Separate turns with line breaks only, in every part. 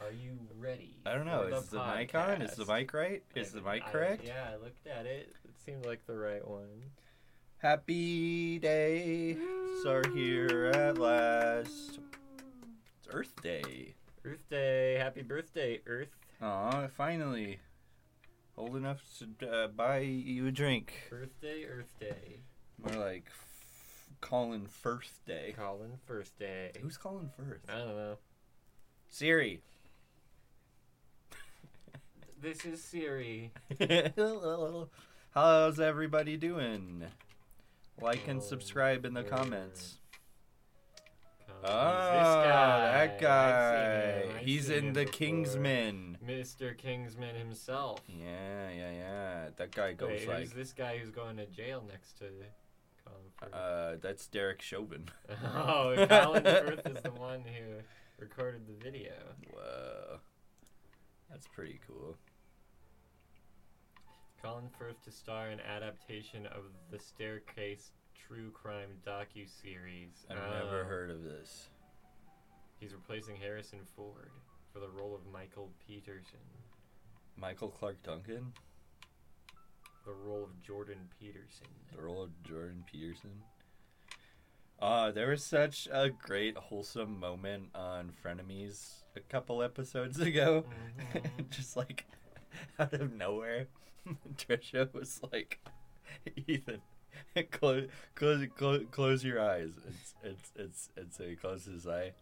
Are you ready?
I don't know.
for
Is the, mic on? Is the
podcast?
mic right? Is
I-
the mic
I-
correct?
yeah, I looked at it. It seemed like the right one.
Happy day. are here at last. It's Earth Day.
Earth Day. Happy birthday, Earth.
Aw, finally. Old enough to uh, buy you a drink.
Earth Day, Earth Day.
More like f- Colin Firth Day.
Colin First Day.
Who's Colin Firth?
I don't know.
Siri.
This is Siri.
How's everybody doing? Like and
Oh,
subscribe in the
yeah.
comments.
Um,
Oh,
this guy.
that guy.
I've seen him. I've
He's
seen
in
him
the
before.
Kingsman.
Mr. Kingsman himself.
Yeah, yeah, yeah. That guy goes
Wait,
like,
who's this guy who's going to jail next to Colin Firth?
uh, that's Derek Chauvin.
oh, Colin Firth is the one who recorded the video.
Whoa. That's pretty cool.
Colin Firth to star in adaptation of the Staircase true crime docu series.
I've
Oh.
never heard of this.
He's replacing Harrison Ford for the role of Michael Peterson.
Michael Clark Duncan?
The role of Jordan Peterson.
The role of Jordan Peterson? Uh, there was such a great, wholesome moment on Frenemies a couple episodes ago. Mm-hmm.
Mhm.
Just like out of nowhere, Trisha was like, Ethan, close, close, close, close your eyes. It's, it's, it's, it's, he closes his eyes.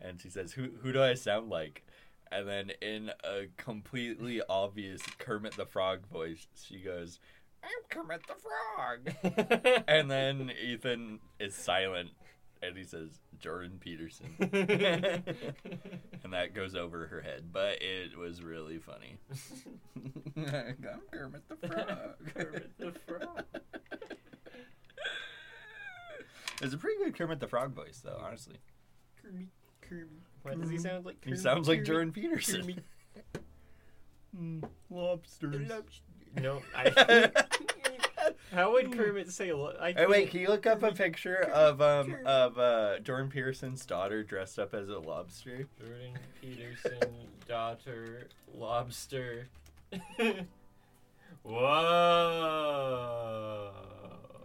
And she says, who, who do I sound like? And then in a completely obvious Kermit the Frog voice, she goes, I'm Kermit the Frog. and then Ethan is silent and he says, Jordan Peterson. and that goes over her head, but it was really funny. I'm Kermit the Frog.
Kermit the Frog.
It's a pretty good Kermit the Frog voice, though, honestly.
Kermit, Kermit. Why does he sound like
Mm-hmm. He
Kermit?
sounds like
Kermit?
Jordan Peterson. lobsters.
No, I. How would Kermit say? Lo- I
Hey, wait,
can't-
can you look up a picture of um of uh Jordan Peterson's daughter dressed up as a lobster?
Jordan Peterson, daughter, lobster. Whoa!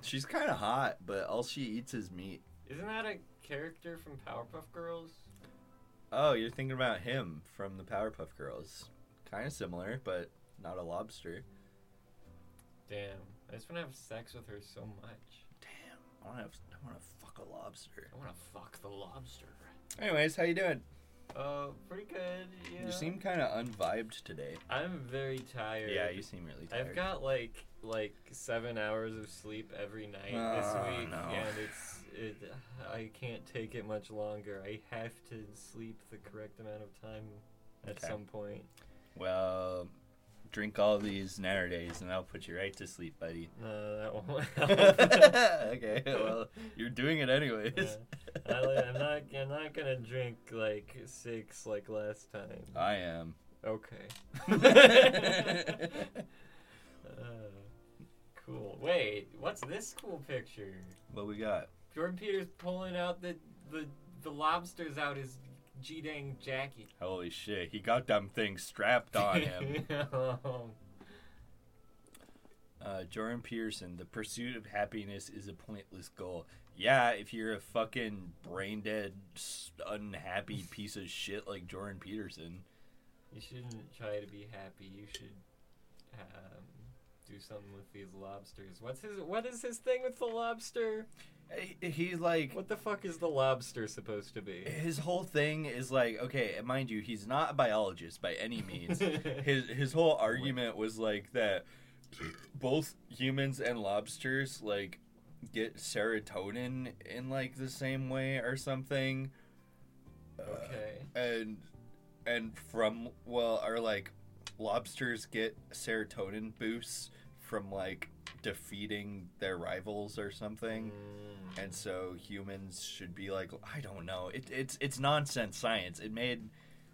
She's kind of hot, but all she eats is meat.
Isn't that a character from Powerpuff Girls?
Oh, you're thinking about him from the Powerpuff Girls. Kind of similar, but not a lobster.
Damn, I just want to have sex with her so much.
Damn, I want to I want to fuck a lobster.
I want to fuck the lobster.
Anyways, how you doing?
Uh, pretty good. Yeah.
You seem kind of unvibed today.
I'm very tired.
Yeah, you seem really tired.
I've got like like seven hours of sleep every night
Oh,
this week,
no.
and it's it. I can't take it much longer. I have to sleep the correct amount of time at
Okay.
some point.
Well, drink all these nowadays, and I'll put you right to sleep, buddy.
No, that won't help.
okay, well, you're doing it anyways.
Yeah. I, li- I'm not. I'm not gonna drink like six like last time.
I am.
Okay.
well,
Uh, cool. Wait, what's this cool picture?
we got
Jordan Peters pulling out the the the lobsters out his G dang jacket.
holy shit. He got them things strapped on him.
Um,
uh, Jordan Peterson, the pursuit of happiness is a pointless goal. Yeah, if you're a fucking brain dead, s- unhappy piece of shit like Jordan Peterson.
you shouldn't try to be happy. You should um, do something with these lobsters. What's his? What is his thing with the lobster?
He- He's like
What the fuck is the lobster supposed to be?
his whole thing is like okay mind you he's not a biologist by any means his uh, his whole argument was like that both humans and lobsters like get serotonin in like the same way or something Uh,
okay.
and and from well are like lobsters get serotonin boosts from like defeating their rivals or something
Mm.
and so humans should be like I don't know. It, it's it's nonsense science. It made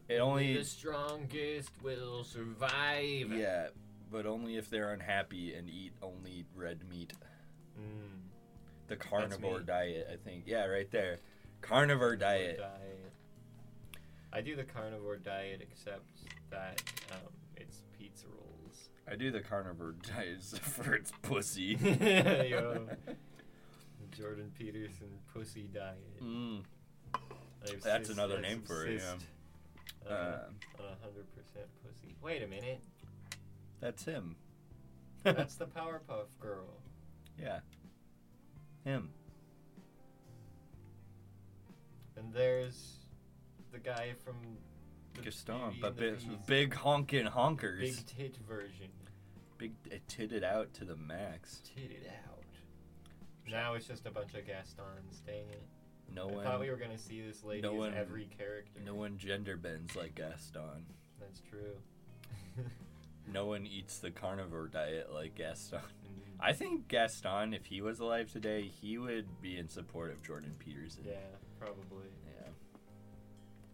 it only
the strongest will survive.
yeah, but only if they're unhappy and eat only red meat.
Mm.
The carnivore
me.
diet, I think. Yeah, right there. Carnivore diet.
Diet. I do the carnivore diet, except that um, it's pizza rolls.
I do the carnivore diet for its pussy.
Yo. Jordan Peterson pussy diet.
Mm.
I've
That's
sis-
another
I
name for it, yeah.
subsist on a-
Uh,
on a hundred percent pussy. Wait a minute,
that's him.
that's the Powerpuff Girl.
yeah. Him.
And there's the guy from the
Gaston,
Beauty
but
and
bi-
the Beast.
big honkin' honkers.
big tit version.
Big it titted out to the max.
Tit it out. Now it's just a bunch of Gastons. Dang it!
No
I
one,
thought we were gonna see this lady
no
as
one-
every character.
no one gender bends like Gaston.
That's true.
No one eats the carnivore diet like Gaston.
Mm,
I think Gaston, if he was alive today, he would be in support of Jordan Peterson.
yeah, probably.
Yeah.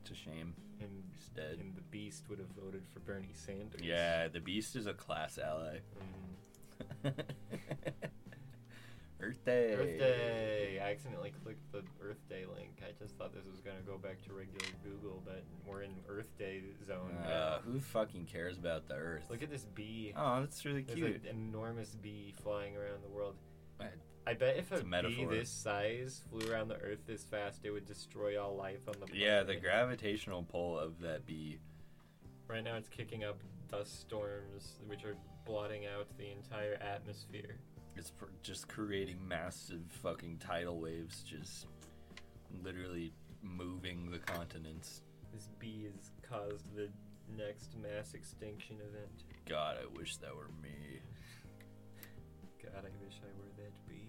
It's a shame
And
he's dead.
and the Beast would have voted for Bernie Sanders.
Yeah, the Beast is a class ally.
Mm.
Earth Day.
Earth Day. I accidentally clicked the Earth Day link. I just thought this was gonna go back to regular Google, but we're in Earth Day zone. now.
Uh, who fucking cares about the Earth?
Look at this bee.
oh, that's really
There's
cute.
an enormous bee flying around the world.
Right.
I bet if
It's
a,
a
bee
metaphor.
this size flew around the Earth this fast, it would destroy all life on the planet.
yeah, the gravitational pull of that bee.
Right now, it's kicking up dust storms, which are blotting out the entire atmosphere.
It's pr- just creating massive fucking tidal waves, just literally moving the continents.
This bee has caused the next mass extinction event.
God, I wish that were me.
God, I wish I were that bee.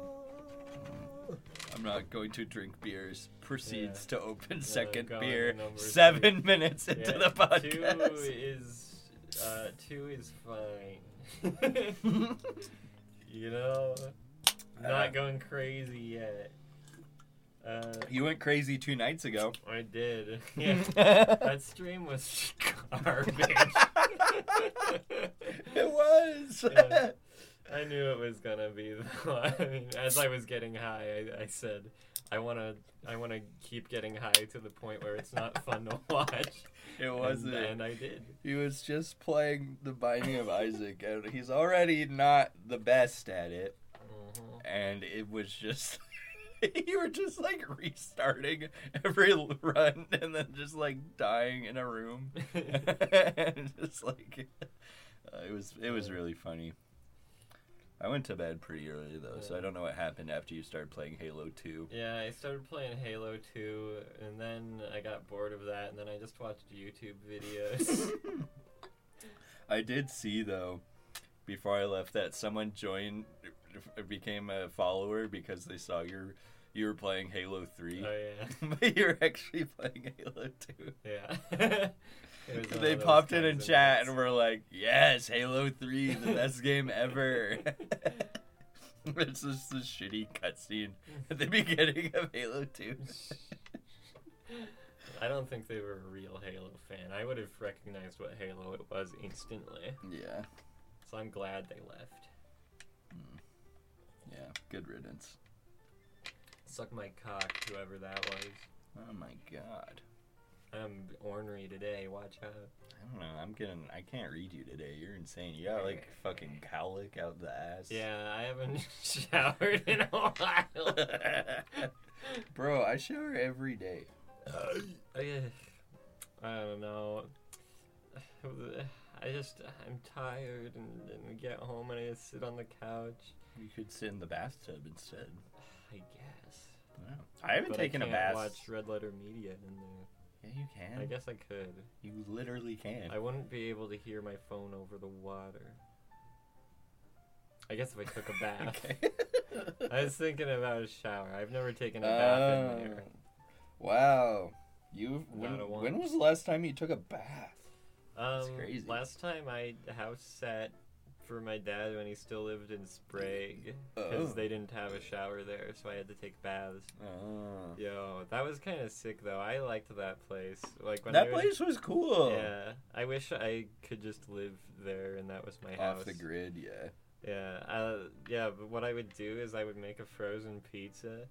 Oh.
I'm not going to drink beers. Proceeds to open
Yeah,
second
go on,
beer.
number
Seven
three.
minutes into the podcast.
Two is uh, two is fine. you know, not
Uh,
going crazy yet. Uh,
You went crazy two nights ago.
I did. Yeah, that stream was garbage.
it was.
Yeah. I knew it was gonna be. the- I mean, as I was getting high, I, I said, "I wanna, I wanna keep getting high to the point where it's not fun to watch."
It wasn't.
And, and I did.
He was just playing The Binding of Isaac, and he's already not the best at it.
Mhm.
And it was just. you were just like restarting every l- run and then just like dying in a room. and just like. uh, it was it was really funny. I went to bed pretty early though, so I don't know what happened after you started playing Halo 2.
Yeah, I started playing Halo 2, and then I got bored of that, and then I just watched YouTube videos.
I did see though, before I left, that someone joined, became a follower because they saw your you were playing Halo
oh,
Three,
yeah.
but you're actually playing Halo Two.
Yeah. It was one
they
of those
popped in
kinds
in
of
chat and
nights.
were like, "Yes, Halo Three, the best game ever." it's just the shitty cutscene at the beginning of Halo Two.
I don't think they were a real Halo fan. I would have recognized what Halo it was instantly.
Yeah,
So I'm glad they left.
yeah, good riddance.
Suck my cock, whoever that was.
Oh my god.
I'm ornery today, watch out.
I don't know. I'm getting. I can't read you today. You're insane. You got like fucking cowlick out the ass.
Yeah, I haven't showered in a while.
Bro, I shower every day.
Okay. I don't know. I just I'm tired and, and we get home and I just sit on the couch.
You could sit in the bathtub instead.
I guess.
Wow. I haven't
But
taken
I
a
can't
bath.
Watch Red Letter Media in there.
Yeah, you can.
I guess I could.
You literally can.
I wouldn't be able to hear my phone over the water. I guess if I took a bath.
okay.
I was thinking about a shower. I've never taken a bath in there.
Oh. Wow. You when,
Not a
when
once.
was the last time you took a bath?
Um,
That's crazy.
Last time I house sat for my dad when he still lived in Sprague because
Oh.
they didn't have a shower there, so I had to take baths. Uh,
Oh.
Yo, that was kind of sick though. I liked that place. Like when
That
we were-
place was cool.
Yeah, I wish I could just live there and that was my
Off
house.
the grid, yeah.
Yeah, uh, yeah. But what I would do is I would make a frozen pizza,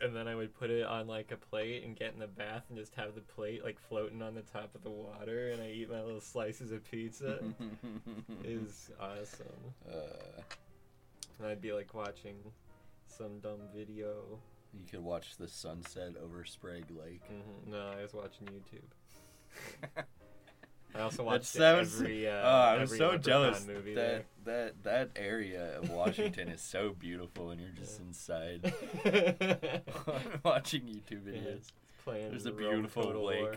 and then I would put it on like a plate and get in the bath and just have the plate like floating on the top of the water, and I eat my little slices of pizza. is awesome.
Uh,
And I'd be like watching some dumb video.
you could watch the sunset over Sprague Lake.
hmm No, I was watching YouTube. I also watched it
sounds-
every. Uh,
oh, I'm
every
so
Leprechaun
jealous.
Movie
That that that area of Washington is so beautiful, and you're just
Yeah.
inside
there.
watching YouTube
Yeah.
videos.
Playing
There's a
Rome
beautiful
Total
lake.
War.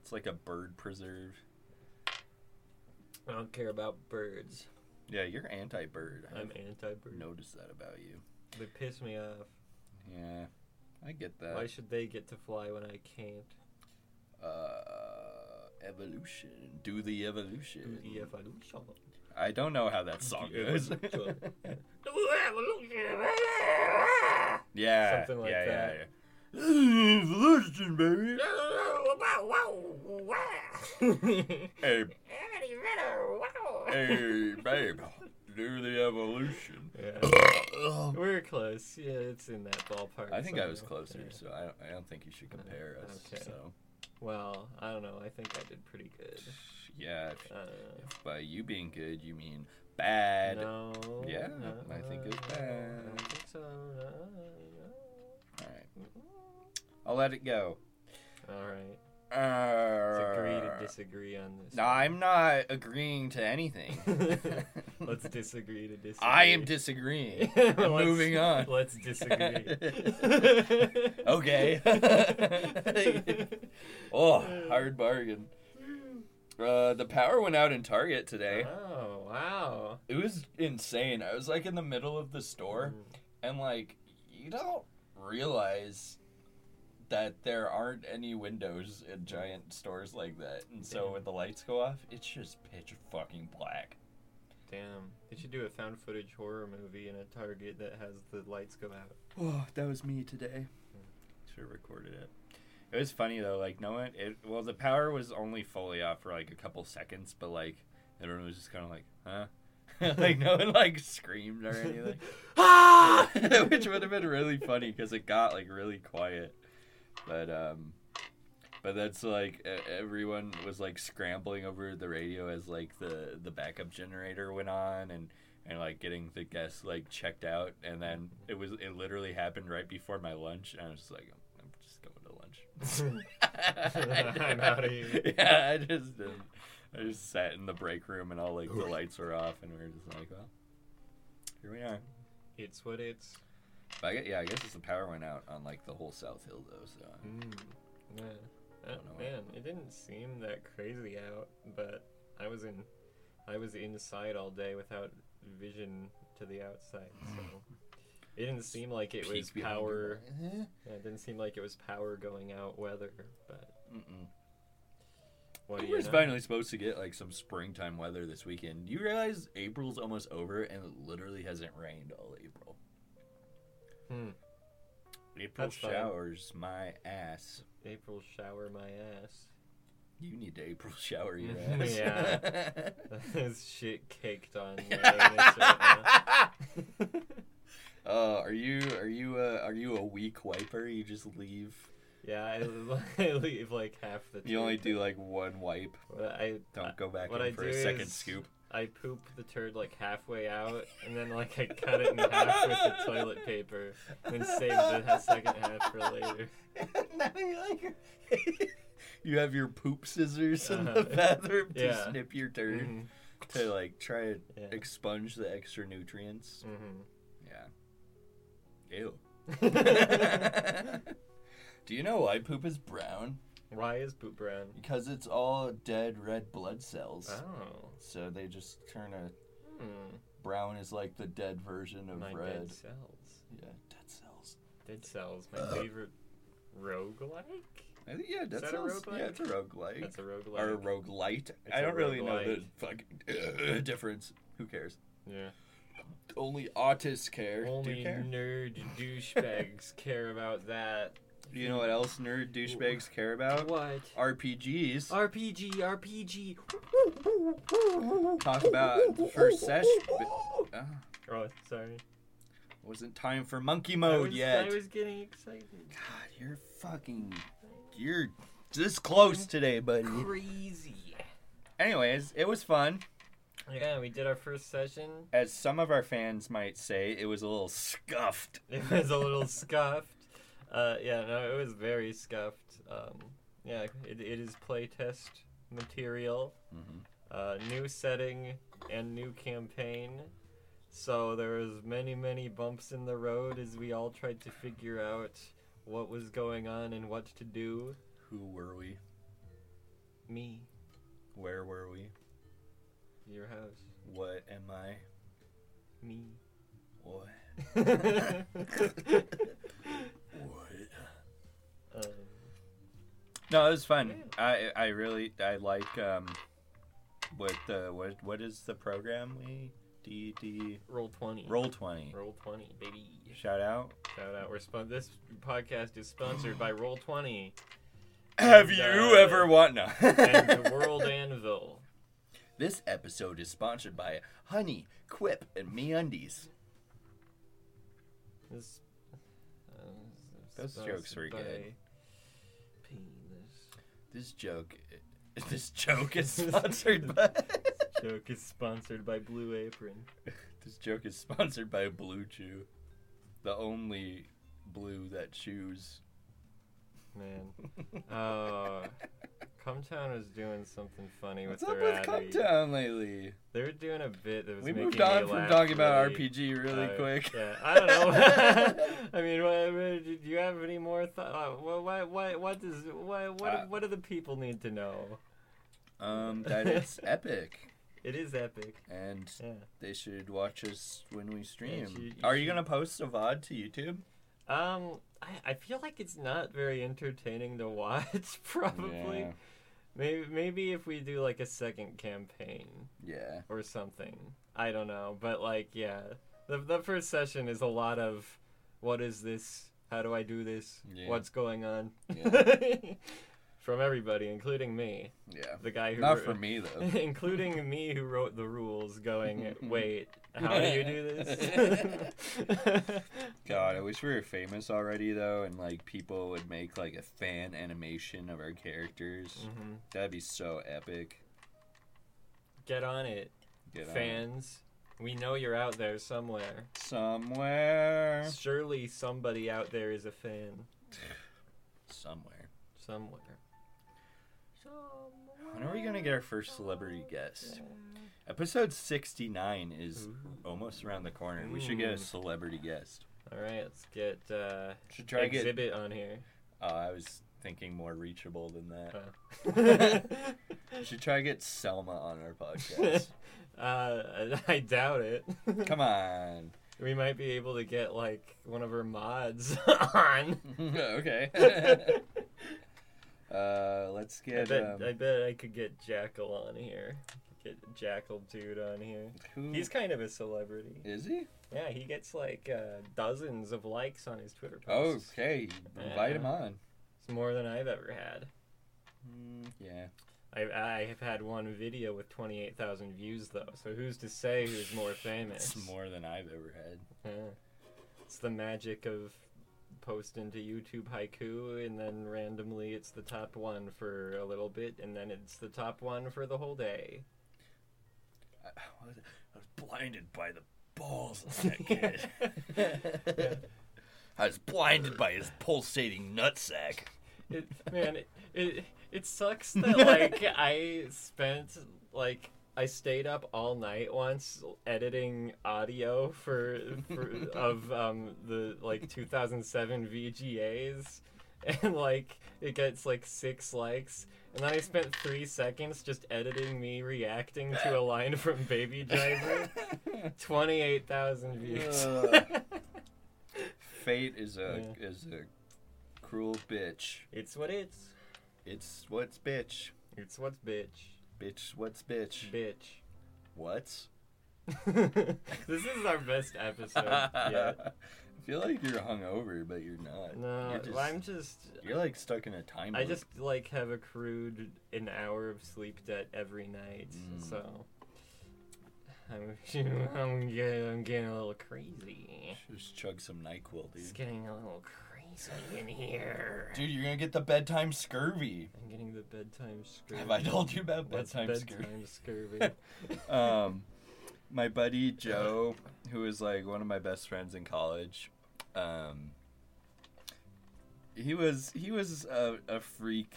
It's like a bird preserve.
I don't care about birds.
Yeah, you're anti-bird.
I'm anti-bird.
noticed that about you.
They piss me off.
Yeah, I get that.
Why should they get to fly when I can't?
uh, evolution. Do the evolution.
Do the evolution.
I don't know how that song
the
goes.
evolution.
yeah,
Something like
yeah,
that.
yeah, yeah. Evolution, baby. Hey, hey, babe. Do the evolution.
Yeah. We're close. Yeah, it's in that ballpark.
I think I was
somewhere.
closer,
Yeah.
so I don't, I don't think you should compare us.
Okay.
So,
Well, I don't know. I think I did pretty good.
yeah, if,
Uh,
if by you being good, you mean bad.
no.
Yeah,
no,
I think it's
no, I
bad.
don't think so. Uh, No,
All right,
no.
I'll let it go.
uh. All right. Let's agree to
Uh,
disagree on this.
no, I'm not agreeing to anything.
Let's disagree to disagree.
I am disagreeing.
Let's-
I'm moving on.
Let's disagree.
Okay. Oh,
Mm.
hard bargain. Uh, the power went out in Target today.
Oh wow.
It was insane. I was like in the middle of the store,
Mm,
and like you don't realize that there aren't any windows in giant stores like that. And so
Damn.
when the lights go off, it's just pitch fucking black.
Damn. They should do a found footage horror movie in a Target that has the lights go out.
Oh, that was me today. Should have recorded it. It was funny though, like no one. It well, the power was only fully off for like a couple seconds, but like everyone was just kind of like, huh, like no one like screamed or anything,
ah!
which would have been really funny because it got like really quiet. But um, but that's like e- everyone was like scrambling over the radio as like the the backup generator went on and. And like getting the guests like checked out, and then it was it literally happened right before my lunch, and I was just like, I'm, I'm just going to lunch.
I'm outta here.
Yeah, I just didn't. I just sat in the break room and all like the lights were off, and we were just like, well, here we are.
it's what it's.
But I gue- yeah, I guess it's the power went out on like the whole South Hill though, so
Mm. Yeah. Uh,
Don't know why.
man, it didn't seem that crazy out, but I was in, I was inside all day without vision to the outside, so it didn't seem like it was
Peek behind your
power.
wall.
Yeah, it didn't seem like it was power going out weather, but
Mm-mm.
what do
we
you
were
know?
finally supposed to get like some springtime weather this weekend. You realize April's almost over, and it literally hasn't rained all April.
Hmm.
April
That's fine.
showers my ass.
April shower my ass.
You need to April shower your
Mhm,
ass.
yeah. There's shit caked on. my anus right
uh,
now.
are you are you uh, are you a weak wiper? You just leave.
yeah, I, I leave like half the.
You only
turd.
do like one wipe.
What I
Don't go back
Uh, what
in
I
for
do
a second
is-
scoop.
I poop the turd like halfway out, and then like I cut it in half with the toilet paper, and then save the ha- second half for later.
now you like. you have your poop scissors in
Uh-huh.
the bathroom to
Yeah.
snip your turd
Mm-hmm.
to like try to
Yeah.
expunge the extra nutrients.
Mm-hmm.
Yeah. Ew. mm-hmm. do you know why poop is brown?
Why is poop brown?
Because it's all dead red blood cells.
Oh,
So they just turn a
hmm.
brown is like the dead version of
my
red.
dead cells.
Yeah, dead cells.
Dead cells, my
Ugh.
favorite roguelike?
I think yeah, dead
that a
cells.
roguelike?
yeah, it's a roguelike.
That's a roguelike.
or a roguelite.
It's
I
a
don't really know the
roguelike.
fucking uh, difference. Who cares?
yeah.
Only autists care. Do
Only
you care?
nerd douchebags care about that.
You know what else nerd douchebags care about?
What?
RPGs.
RPG, RPG.
Talk about the first session. Ah,
Oh, sorry.
wasn't time for monkey
I
mode
was,
yet.
I was getting excited.
God, you're fucking. You're this close today, buddy.
Crazy.
Anyways, it was fun.
Yeah, we did our first session.
As some of our fans might say, it was a little scuffed.
It was a little scuffed. Uh, yeah, no, it was very scuffed. Um, yeah, it, it is playtest material.
Mhm.
Uh, new setting and new campaign. So there was many, many bumps in the road as we all tried to figure out what was going on and what to do.
Who were we?
Me,
Where were we?
your house,
What am I?
me.
What? What?
Um,
No, it was fun. I I really I like um what the what what is the program we D D
roll twenty.
Roll Twenty.
Roll twenty, baby.
Shout out.
Shout out. We're spon- This podcast is sponsored by Roll Twenty
Have
And,
you
uh,
ever won no.
and the World Anvil.
This episode is sponsored by Honey, Quip, and Me Undies.
This, uh,
Those
sponsored
jokes were
by
good.
Penis.
This joke this joke is sponsored by
Joke is sponsored by Blue Apron.
This joke is sponsored by Blue Chew. The only blue that chews.
Man, oh, Cumtown was doing something funny
What's
with
up
their
with
ad-read.
Cumtown lately?
They were doing a bit that was
We
making
moved
me
on from
laugh
talking about
really-
RPG really
Uh,
quick.
Yeah, I don't know. I mean, what, what- do you have any more thoughts? What, what, what, what does what what,
Uh,
what do the people need to know?
um, that it's epic,
It is epic.
and
Yeah.
they should watch us when we stream.
you- you
Are you
should-
gonna post a VOD to YouTube?
Um, I, I feel like it's not very entertaining to watch. Probably.
Yeah.
Maybe maybe if we do like a second campaign
Yeah.
or something. I don't know, but like yeah, the the first session is a lot of what is this? How do I do this?
Yeah.
What's going on? From everybody, including me,
Yeah.
the guy who
Not
wrote-
for me though.
including me who wrote the rules going wait how do you do this
God, I wish we were famous already though, and like people would make like a fan animation of our characters.
hmm
That'd be so epic.
get on it
Get on it.
fans we know you're out there somewhere
somewhere,
surely somebody out there is a fan
somewhere.
somewhere
When are we gonna get our first celebrity guest? Episode sixty nine is almost around the corner. We should get a
Mm.
celebrity guest.
all right let's get uh
Should try to get.
exhibit on here
Oh, I was thinking more reachable than that. We should try to get Selma on our podcast.
uh i doubt it
Come on.
we might be able to get like one of her mods on
okay. uh, let's
I
get.
bet,
um,
I bet I could get Jackal on here. Get Jackal dude on here.
who
He's kind of a celebrity.
is he?
Yeah, he gets like uh, dozens of likes on his Twitter
Oh,
posts.
Okay, invite him
Yeah.
on.
It's more than I've ever had.
Mm, yeah.
I, I have had one video with 28,000 views though, so who's to say who's more famous?
It's more than I've ever had.
Yeah. It's the magic of posting to YouTube haiku, and then randomly it's the top one for a little bit, and then it's the top one for the whole day.
I, I was, I was blinded by the balls of that kid. I was blinded by his pulsating nutsack.
it, man, it, it it sucks that like I spent like I stayed up all night once editing audio for, for of um the like 2007 VGAs, and like it gets like six likes. And then I spent three seconds just editing me reacting to a line from Baby Driver. 28,000 views.
Ugh. Fate is a
Yeah.
is a cruel bitch.
it's what it's.
It's what's bitch.
It's what's bitch.
Bitch, what's bitch?
Bitch.
What's?
this is our best episode yet.
feel like you're hungover, but you're not.
No,
you're just,
I'm just.
you're like stuck in a time.
I
loop.
just like have accrued an hour of sleep debt every night,
Mm.
so I'm I'm getting, I'm getting a little crazy.
just chug some Nyquil,
It's
dude.
getting a little crazy in here.
Dude, you're gonna get the bedtime scurvy.
I'm getting the bedtime scurvy.
Have I told you about
What's
bedtime, scurvy?
bedtime scurvy?
um, my buddy Joe, who is like one of my best friends in college, um, he was he was a, a freak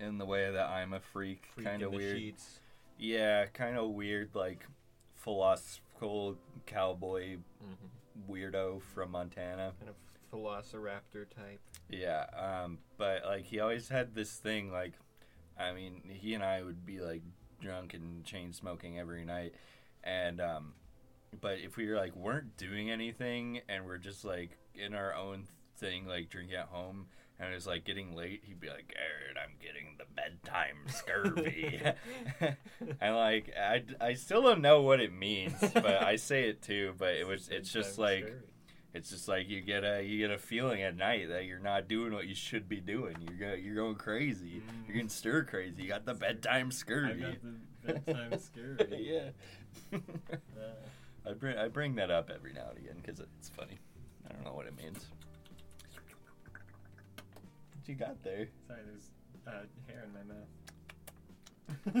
in the way that I'm a freak,
Freak
kind
in
of
the
weird.
sheets.
Yeah, kind of weird, like philosophical cowboy
Mhm.
weirdo from Montana.
Kind of velociraptor type.
Yeah, um, but like he always had this thing. Like, I mean, he and I would be like drunk and chain smoking every night, and um, but if we were like weren't doing anything and we're just like in our own thing, like drinking at home, and it was like getting late, he'd be like, "Aaron, I'm getting the bedtime scurvy," and like I, I still don't know what it means, but I say it too. But it was it's just
Bedtime
like
scurvy.
it's just like you get a you get a feeling at night that you're not doing what you should be doing. You're go, you're going crazy. You're getting stir crazy. You got the bedtime
I
scurvy.
got the bedtime scurvy.
yeah.
Uh,
I bring I bring that up every now and again because it's funny. I don't know what it means. What you got there?
Sorry, there's uh, hair in my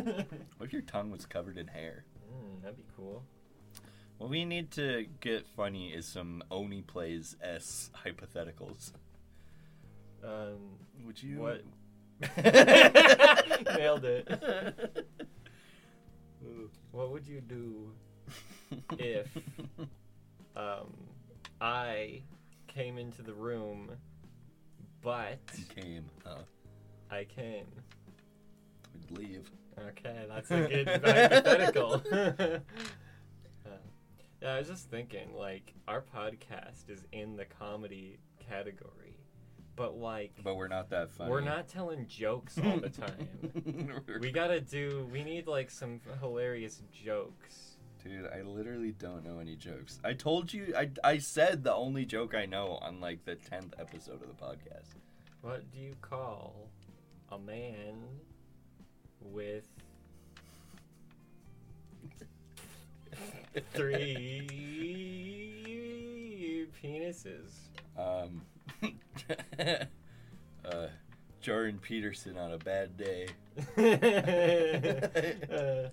mouth.
What if your tongue was covered in hair?
mm, that'd be cool.
What we need to get funny is some Oni plays s hypotheticals.
Um,
Would
What?
Nailed
it. what would you do If. um, I came into the room, but
You came, huh?
I came.
We'd leave.
Okay, that's a good hypothetical. Uh, yeah, I was just thinking, like, our podcast is in the comedy category, but like,
But we're not that funny.
we're not telling jokes all the time. We gotta do. We need like some hilarious jokes.
Dude, I literally don't know any jokes. I told you, I, I said the only joke I know on like the 10th episode of the podcast.
What do you call a man with three penises?
Um, uh, Jordan Peterson on a bad day.
Uh,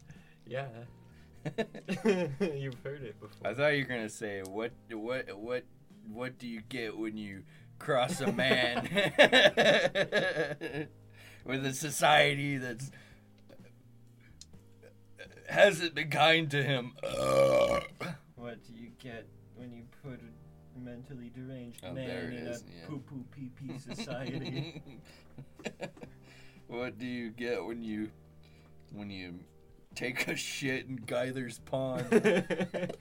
yeah,
I
you've heard it before.
thought you were gonna say what what what what do you get when you cross a man with a society that's hasn't been kind to him.
What do you get when you put a mentally deranged
Oh, man there it in a is, yeah.
poo pee pee
what do you get when you when you take a shit in Geyther's pond?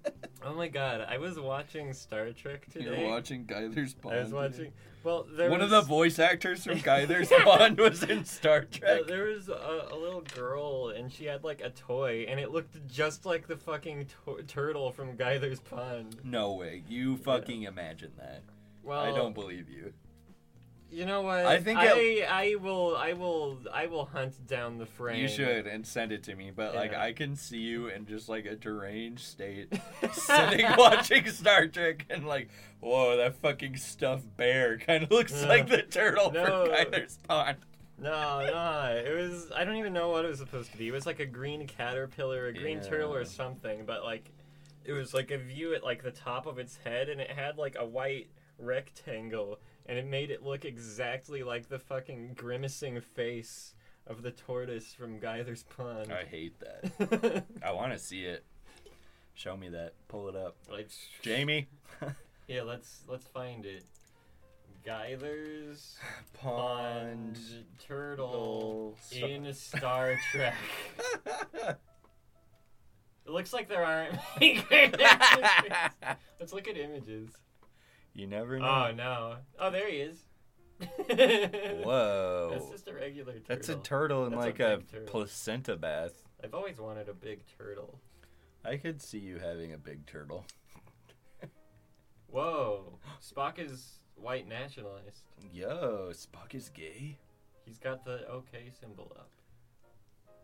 oh my god, I was watching Star Trek today.
You're watching Geyther's pond.
I was
today?
watching. Well, there
One
was,
of the voice actors from Geyther's Bond was in Star Trek.
there- There was a, a little girl, and she had like a toy, and it looked just like the fucking to- turtle from Geyther's Pond.
No way. You fucking imagine that.
Well,
I don't believe you.
You know what?
I think
I,
it-
I will, I will, I will hunt down the frame.
You should and send it to me, but like
Yeah.
I can see you in just like a deranged state sitting watching Star Trek and like, whoa, that fucking stuffed bear kinda looks
No.
like the turtle
No.
from Geyther's Pond.
No, no. It was I don't even know what it was supposed to be. It was like a green caterpillar, a green
Yeah.
turtle or something, but like it was like a view at like the top of its head and it had like a white rectangle and it made it look exactly like the fucking grimacing face of the tortoise from Geyther's Pond.
I hate that. I wanna see it. Show me that. Pull it up.
like
Jamie.
Yeah, let's let's find it. Geyther's
Pond.
Pond turtle in Star Trek. It looks like there aren't. many connections. Let's look at images.
you never know.
Oh no! Oh, there he is.
Whoa.
That's just a regular turtle.
That's a turtle in
That's a
like a,
big turtle.
placenta bath.
I've always wanted a big turtle.
I could see you having a big turtle.
Whoa, Spock is white nationalist.
Yo, Spock is gay.
He's got the OK symbol up.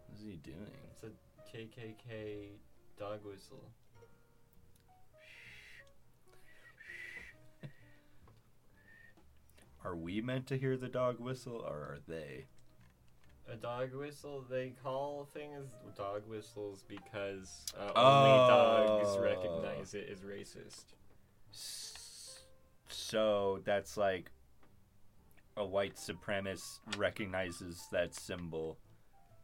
What is he doing?
It's a KKK dog whistle.
Are we meant to hear the dog whistle, or are they?
A dog whistle. They call things dog whistles because uh, only dogs
Oh.
recognize it as racist.
S- So that's like a white supremacist recognizes that symbol,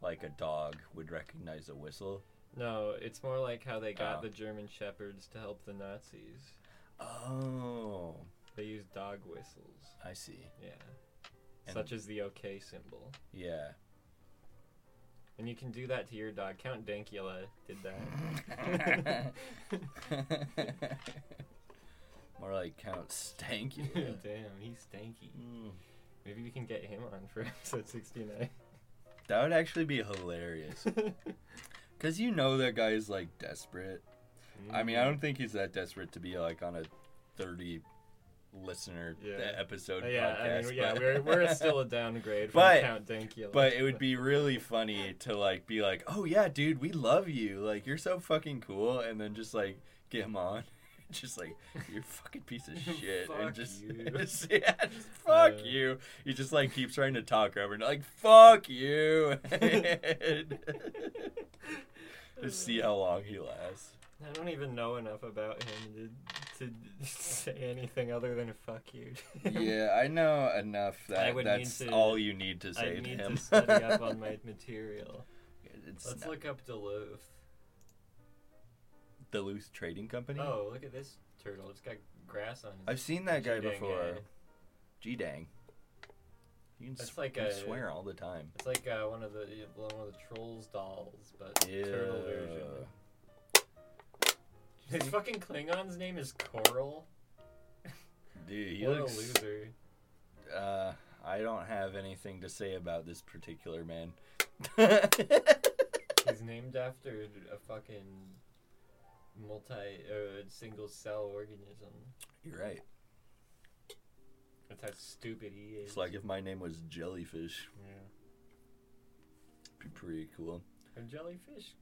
like a dog would recognize a whistle.
No, it's more like how they got
Oh.
the German shepherds to help the Nazis.
Oh,
They used dog whistles.
I see.
Yeah.
And-
Such as the OK symbol.
Yeah.
And you can do that to your dog. Count Dankula did that.
More like Count Stanky.
Damn, he's stanky. Maybe we can get him on for episode 69.
That would actually be hilarious. Cause you know that guy is like desperate. I mean, I
Mm-hmm.
don't think he's that desperate to be like on a thirty listener
Yeah.
episode
Uh, yeah, I
podcast.
mean, yeah,
but-
we're, we're still a downgrade from
But-
Count Dankula.
But it would be really funny to like be like, "Oh yeah, dude, we love you. Like you're so fucking cool," and then just like get him on, just like you're a fucking piece of shit,
Fuck
and just,
you. Uh.
just- yeah, just fuck
Yeah.
you. He just like keeps trying to talk over and like fuck you, and just see how long he lasts.
I don't even know enough about him to, to say anything other than fuck you.
yeah, I know enough
I
that
would need
that's
to-
all you need to say
I
to
need
him.
to study up on my material.
it's
Let's
not-
look up Duluth.
Duluth Trading Company.
Oh, look at this turtle. It's got grass on it.
I've seen that guy
G-dang,
before.
eh?
G dang. You can,
That's
s-
like
you can
a-
swear all the time.
It's like uh, one of the one of the trolls dolls, but turtle version.
Ew.
His fucking Klingon's name is Coral.
Dude, he
what a
looks.
loser.
Uh, I don't have anything to say about this particular man.
He's named after a fucking multi uh, single cell organism.
You're right.
That's how stupid he is.
It's like if my name was Jellyfish,
yeah.
it'd be pretty cool.
Are jellyfish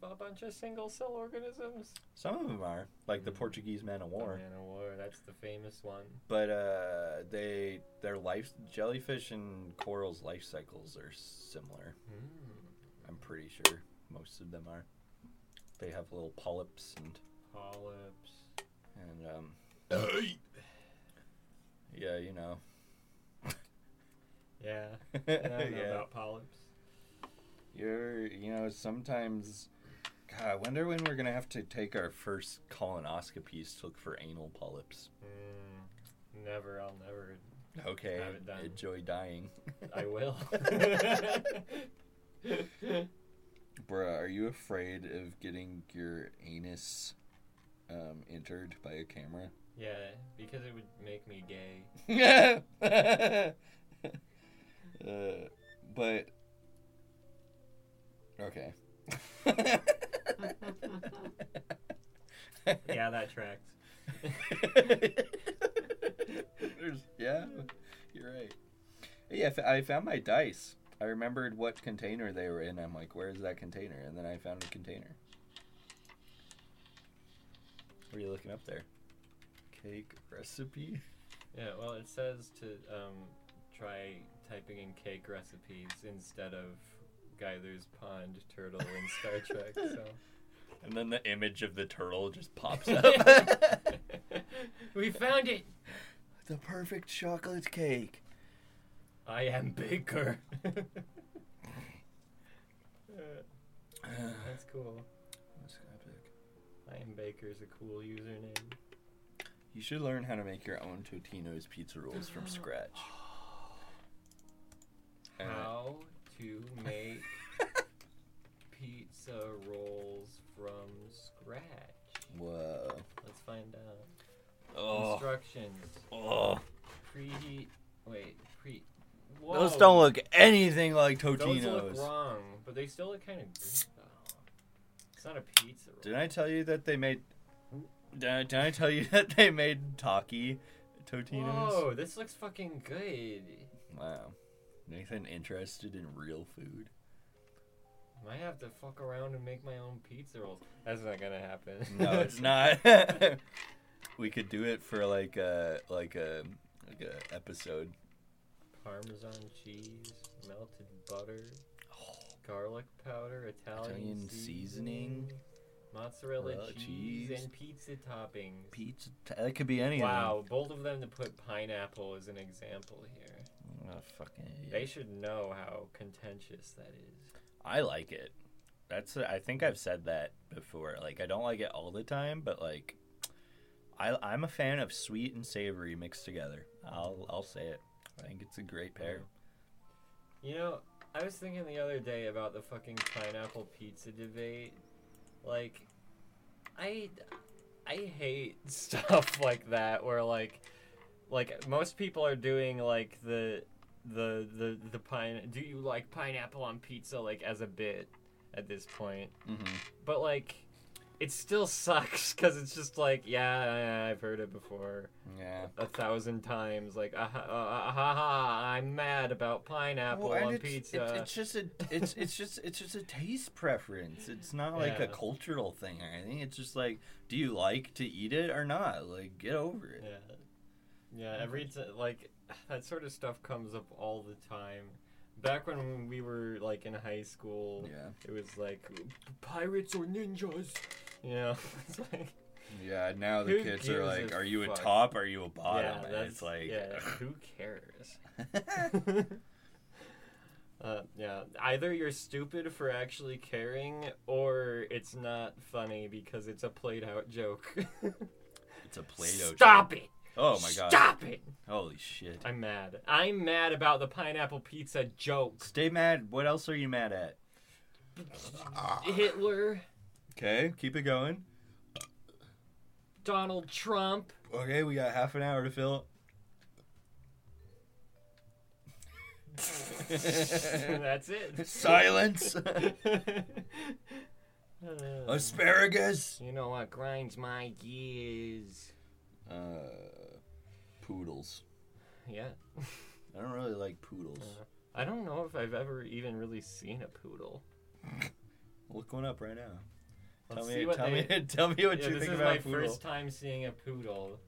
a bunch of single cell organisms?
Some of them are, like
Mm-hmm.
the Portuguese man of war.
The Man of War. That's the famous one.
But uh, they their life jellyfish and corals life cycles are similar.
Hmm.
I'm pretty sure most of them are. They have little polyps and
Polyps.
and um. yeah, you know.
Yeah. I don't know
yeah,
about polyps.
you're you know sometimes. God, I wonder when we're gonna have to take our first colonoscopies to look for anal polyps.
Mm, never. I'll never.
Okay,
Have it done.
enjoy dying.
I will.
Bruh, are you afraid of getting your anus um, entered by a camera?
yeah, because it would make me gay.
uh, but okay.
Yeah, that tracks.
There's, yeah, you're right. Yeah, I fo- I found my dice. I remembered what container they were in. I'm like, where is that container? And then I found a container. What are you looking up there? Cake recipe?
Yeah, well, it says to um, try typing in cake recipes instead of Geyser's Pond Turtle in Star Trek. So
And then the image of the turtle just pops
we found it.
the perfect chocolate cake.
I am Baker. Uh, that's cool. I am Baker is a cool username.
You should learn how to make your own Totino's pizza rolls from scratch. And-
How to make pizza rolls from scratch.
Whoa.
Let's find out.
Oh.
Instructions.
oh.
Preheat. Wait. Pre. Whoa.
Those don't look anything like
Those look
Totino's.
wrong, but they still look kind of good though. It's not a pizza roll.
Didn't I tell you that they made Did I, did I tell you that they made Taki Totinos?
Whoa, this looks fucking good.
Wow. Nathan interested in real food.
Might have to fuck around and make my own pizza rolls. That's not gonna happen.
No, it's not. we could do it for like a like a like a episode.
Parmesan cheese, melted butter, garlic powder, Italian,
Oh. Italian seasoning,
mozzarella
mozzarella
cheese,
cheese.
and pizza toppings.
Pizza. T- that could be anything.
Wow, both of them to put pineapple as an example here.
Oh, fucking idiot.
They should know how contentious that is.
I like it. That's I think I've said that before. Like I don't like it all the time, but like I I'm a fan of sweet and savory mixed together. I'll I'll say it. I think it's a great pair.
You know, I was thinking the other day about the fucking pineapple pizza debate. Like, I, I hate stuff like that where like, like most people are doing like the, the the the pine. Do you like pineapple on pizza? Like as a bit at this point,
Mm-hmm.
but like, it still sucks because it's just like yeah, I- I've heard it before.
Yeah.
a thousand times like ah, ah, ah, ah, ah, i'm mad about pineapple
and
on
it's, it's-
pizza
It's, just a it's it's just it's just a taste preference. It's not like a
Yeah.
cultural thing or anything. It's just like, do you like to eat it or not? Like, get over it.
yeah yeah every t- like that sort of stuff comes up all the time back when we were like in high school
Yeah,
it was like pirates or ninjas you know it's like
yeah. Now
the Who kids are gives like, a "Are you a fuck?" top?
Are you a
yeah, that's, yeah, who cares Uh, yeah, either you're stupid for actually caring, or it's not funny because it's a played-out joke.
it's a Play-Doh.
Stop it!
Oh my god!
Stop it!
Holy shit!
I'm mad. I'm mad about the pineapple pizza joke.
Stay mad. What else are you mad at? Ah.
Hitler,
Okay, keep it going.
Donald Trump.
Okay, we got half an hour to fill.
That's it.
Silence.
Uh,
Asparagus.
you know what grinds my gears?
Uh, poodles.
Yeah.
I don't really like poodles.
Uh, I don't know if I've ever even really seen a poodle.
Look one up right now.
Let's
tell
see
me,
what
tell
they-
me, tell me what
Yeah,
you
this
think
is
about
my
poodle.
first time seeing a poodle.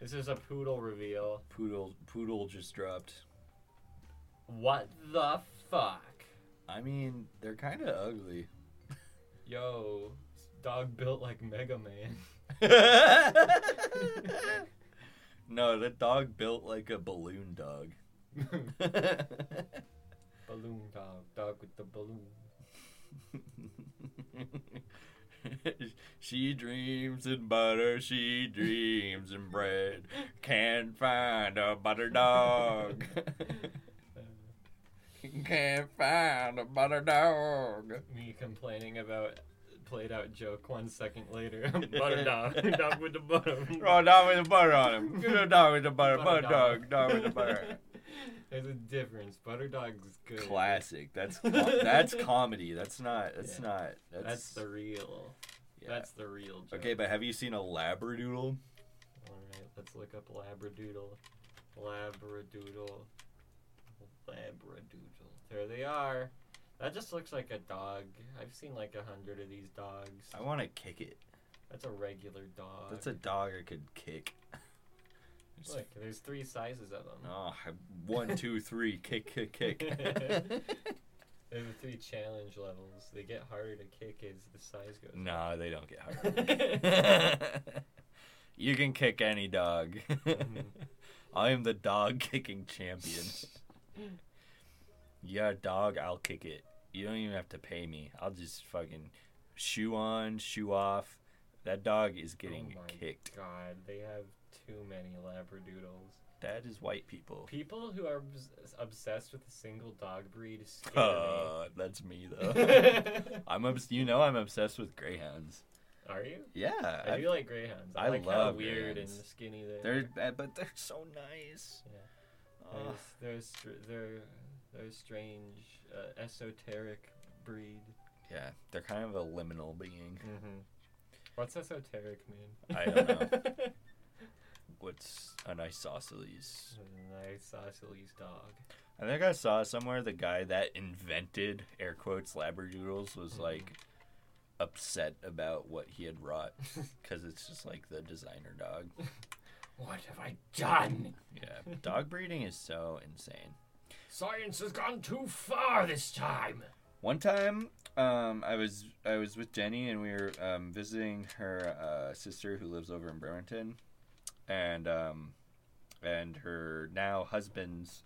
This is a poodle reveal.
Poodle, poodle just dropped.
What the fuck?
I mean, they're kind of ugly.
Yo, this dog built like Mega Man.
no, the dog built like a balloon dog.
balloon dog, dog with the balloon.
she dreams in butter, she dreams in bread. Can't find a butter dog. Can't find a butter dog.
Me complaining about played out joke one second later. butter dog, dog with the butter.
Roll Oh, dog with the butter on him. Get a dog with the butter, butter dog, dog with the butter.
There's a difference. Butter dog's good.
Classic. That's com- that's comedy. That's not. That's
Yeah.
not. That's,
That's, the real.
yeah.
That's the real joke.
okay. But have you seen a
All
labradoodle?
right, let's look up labradoodle. Labradoodle. Labradoodle. There they are. That just looks like a dog. I've seen like a hundred of these dogs.
I want to kick it.
That's a regular dog.
That's a dog I could kick.
Look, there's three sizes of them.
Oh, one, two, three, kick, kick, kick.
There's the three challenge levels. They get harder to kick as the size goes. up.
no, they don't get hard. you can kick any dog.
Mm-hmm.
I am the dog kicking champion. You're a dog, I'll kick it. You don't even have to pay me. I'll just fucking shoe on, shoe off. That dog is getting
oh my
kicked.
God, they have too many labradoodles.
That is white people.
People who are obs- obsessed with a single dog breed scare
Uh, that's me though.
me.
I'm obs- you know I'm obsessed with greyhounds.
Are you?
Yeah,
I,
I-
do like greyhounds. I,
I
like how
love
weird and
greyhounds.
skinny they
They're Oh.
are.
bad, but they're so nice.
They're
Ugh.
s- They're, str- they're, they're strange, uh, esoteric breed.
yeah, they're kind of a liminal being.
Mm-hmm. What's esoteric mean?
I don't know. What's an isosceles?
nice isosceles dog.
I think I saw somewhere the guy that invented air quotes labradoodles was
Mhm.
like upset about what he had wrought because it's just like the designer dog.
What have I done?
Yeah, dog breeding is so insane.
Science has gone too far this time.
One time, um, I was I was with Jenny and we were um, visiting her uh, sister who lives over in Bremerton, and um, and her now husband's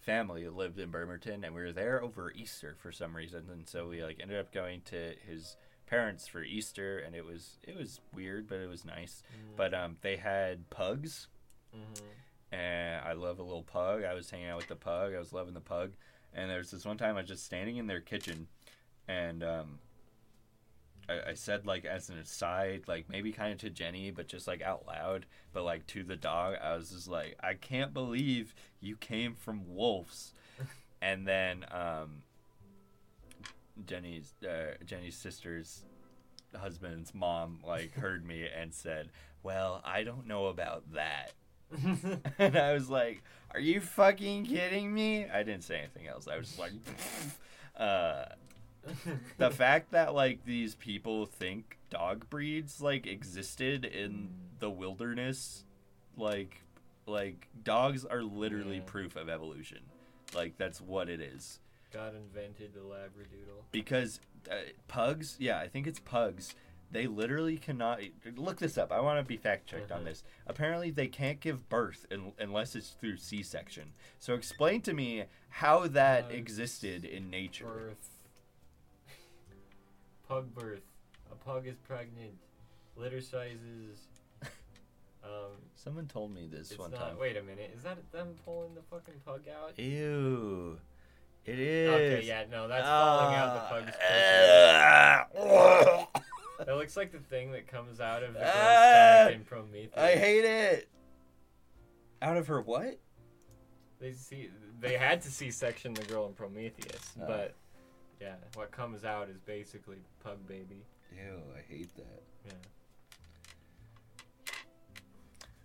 family lived in Bremerton, and we were there over Easter for some reason, and so we like ended up going to his parents for Easter, and it was it was weird, but it was nice.
Mm,
But um, they had pugs,
Mm-hmm.
and I love a little pug. I was hanging out with the pug. I was loving the pug. And there's this one time I was just standing in their kitchen, and um, I, I said like as an aside, like maybe kind of to Jenny, but just like out loud, but like to the dog. I was just like, I can't believe you came from wolves. and then um, Jenny's uh, Jenny's sister's husband's mom like heard me and said, "Well, I don't know about that."
mm-hmm.
and I was like, "Are you fucking kidding me?" I didn't say anything else. I was just like, uh, the fact that like these people think dog breeds like existed in the wilderness, like like dogs are literally
Yeah.
proof of evolution. Like that's what it is.
God invented the labradoodle.
Because uh, pugs, yeah, I think it's pugs. They literally cannot look this up. I want to be fact checked on
Mhm.
this. Apparently, they can't give birth un, unless it's through C-section. So explain to me how that
Pugs
existed in nature.
Birth. Pug birth. A pug is pregnant. Litter sizes. Um,
Someone told me this
it's
one
not.
time.
Wait a minute. Is that them pulling the fucking pug out?
Ew, it is. eh.
Okay, yeah, no, that's falling out the pug's pussy.
Ah.
That looks like the thing that comes out of the girl's
Ah!
stomach in Prometheus.
I hate it. Out of her what?
They see they had to C-section the girl in Prometheus,
Oh.
but yeah, what comes out is basically pug baby.
Ew, I hate that.
Yeah.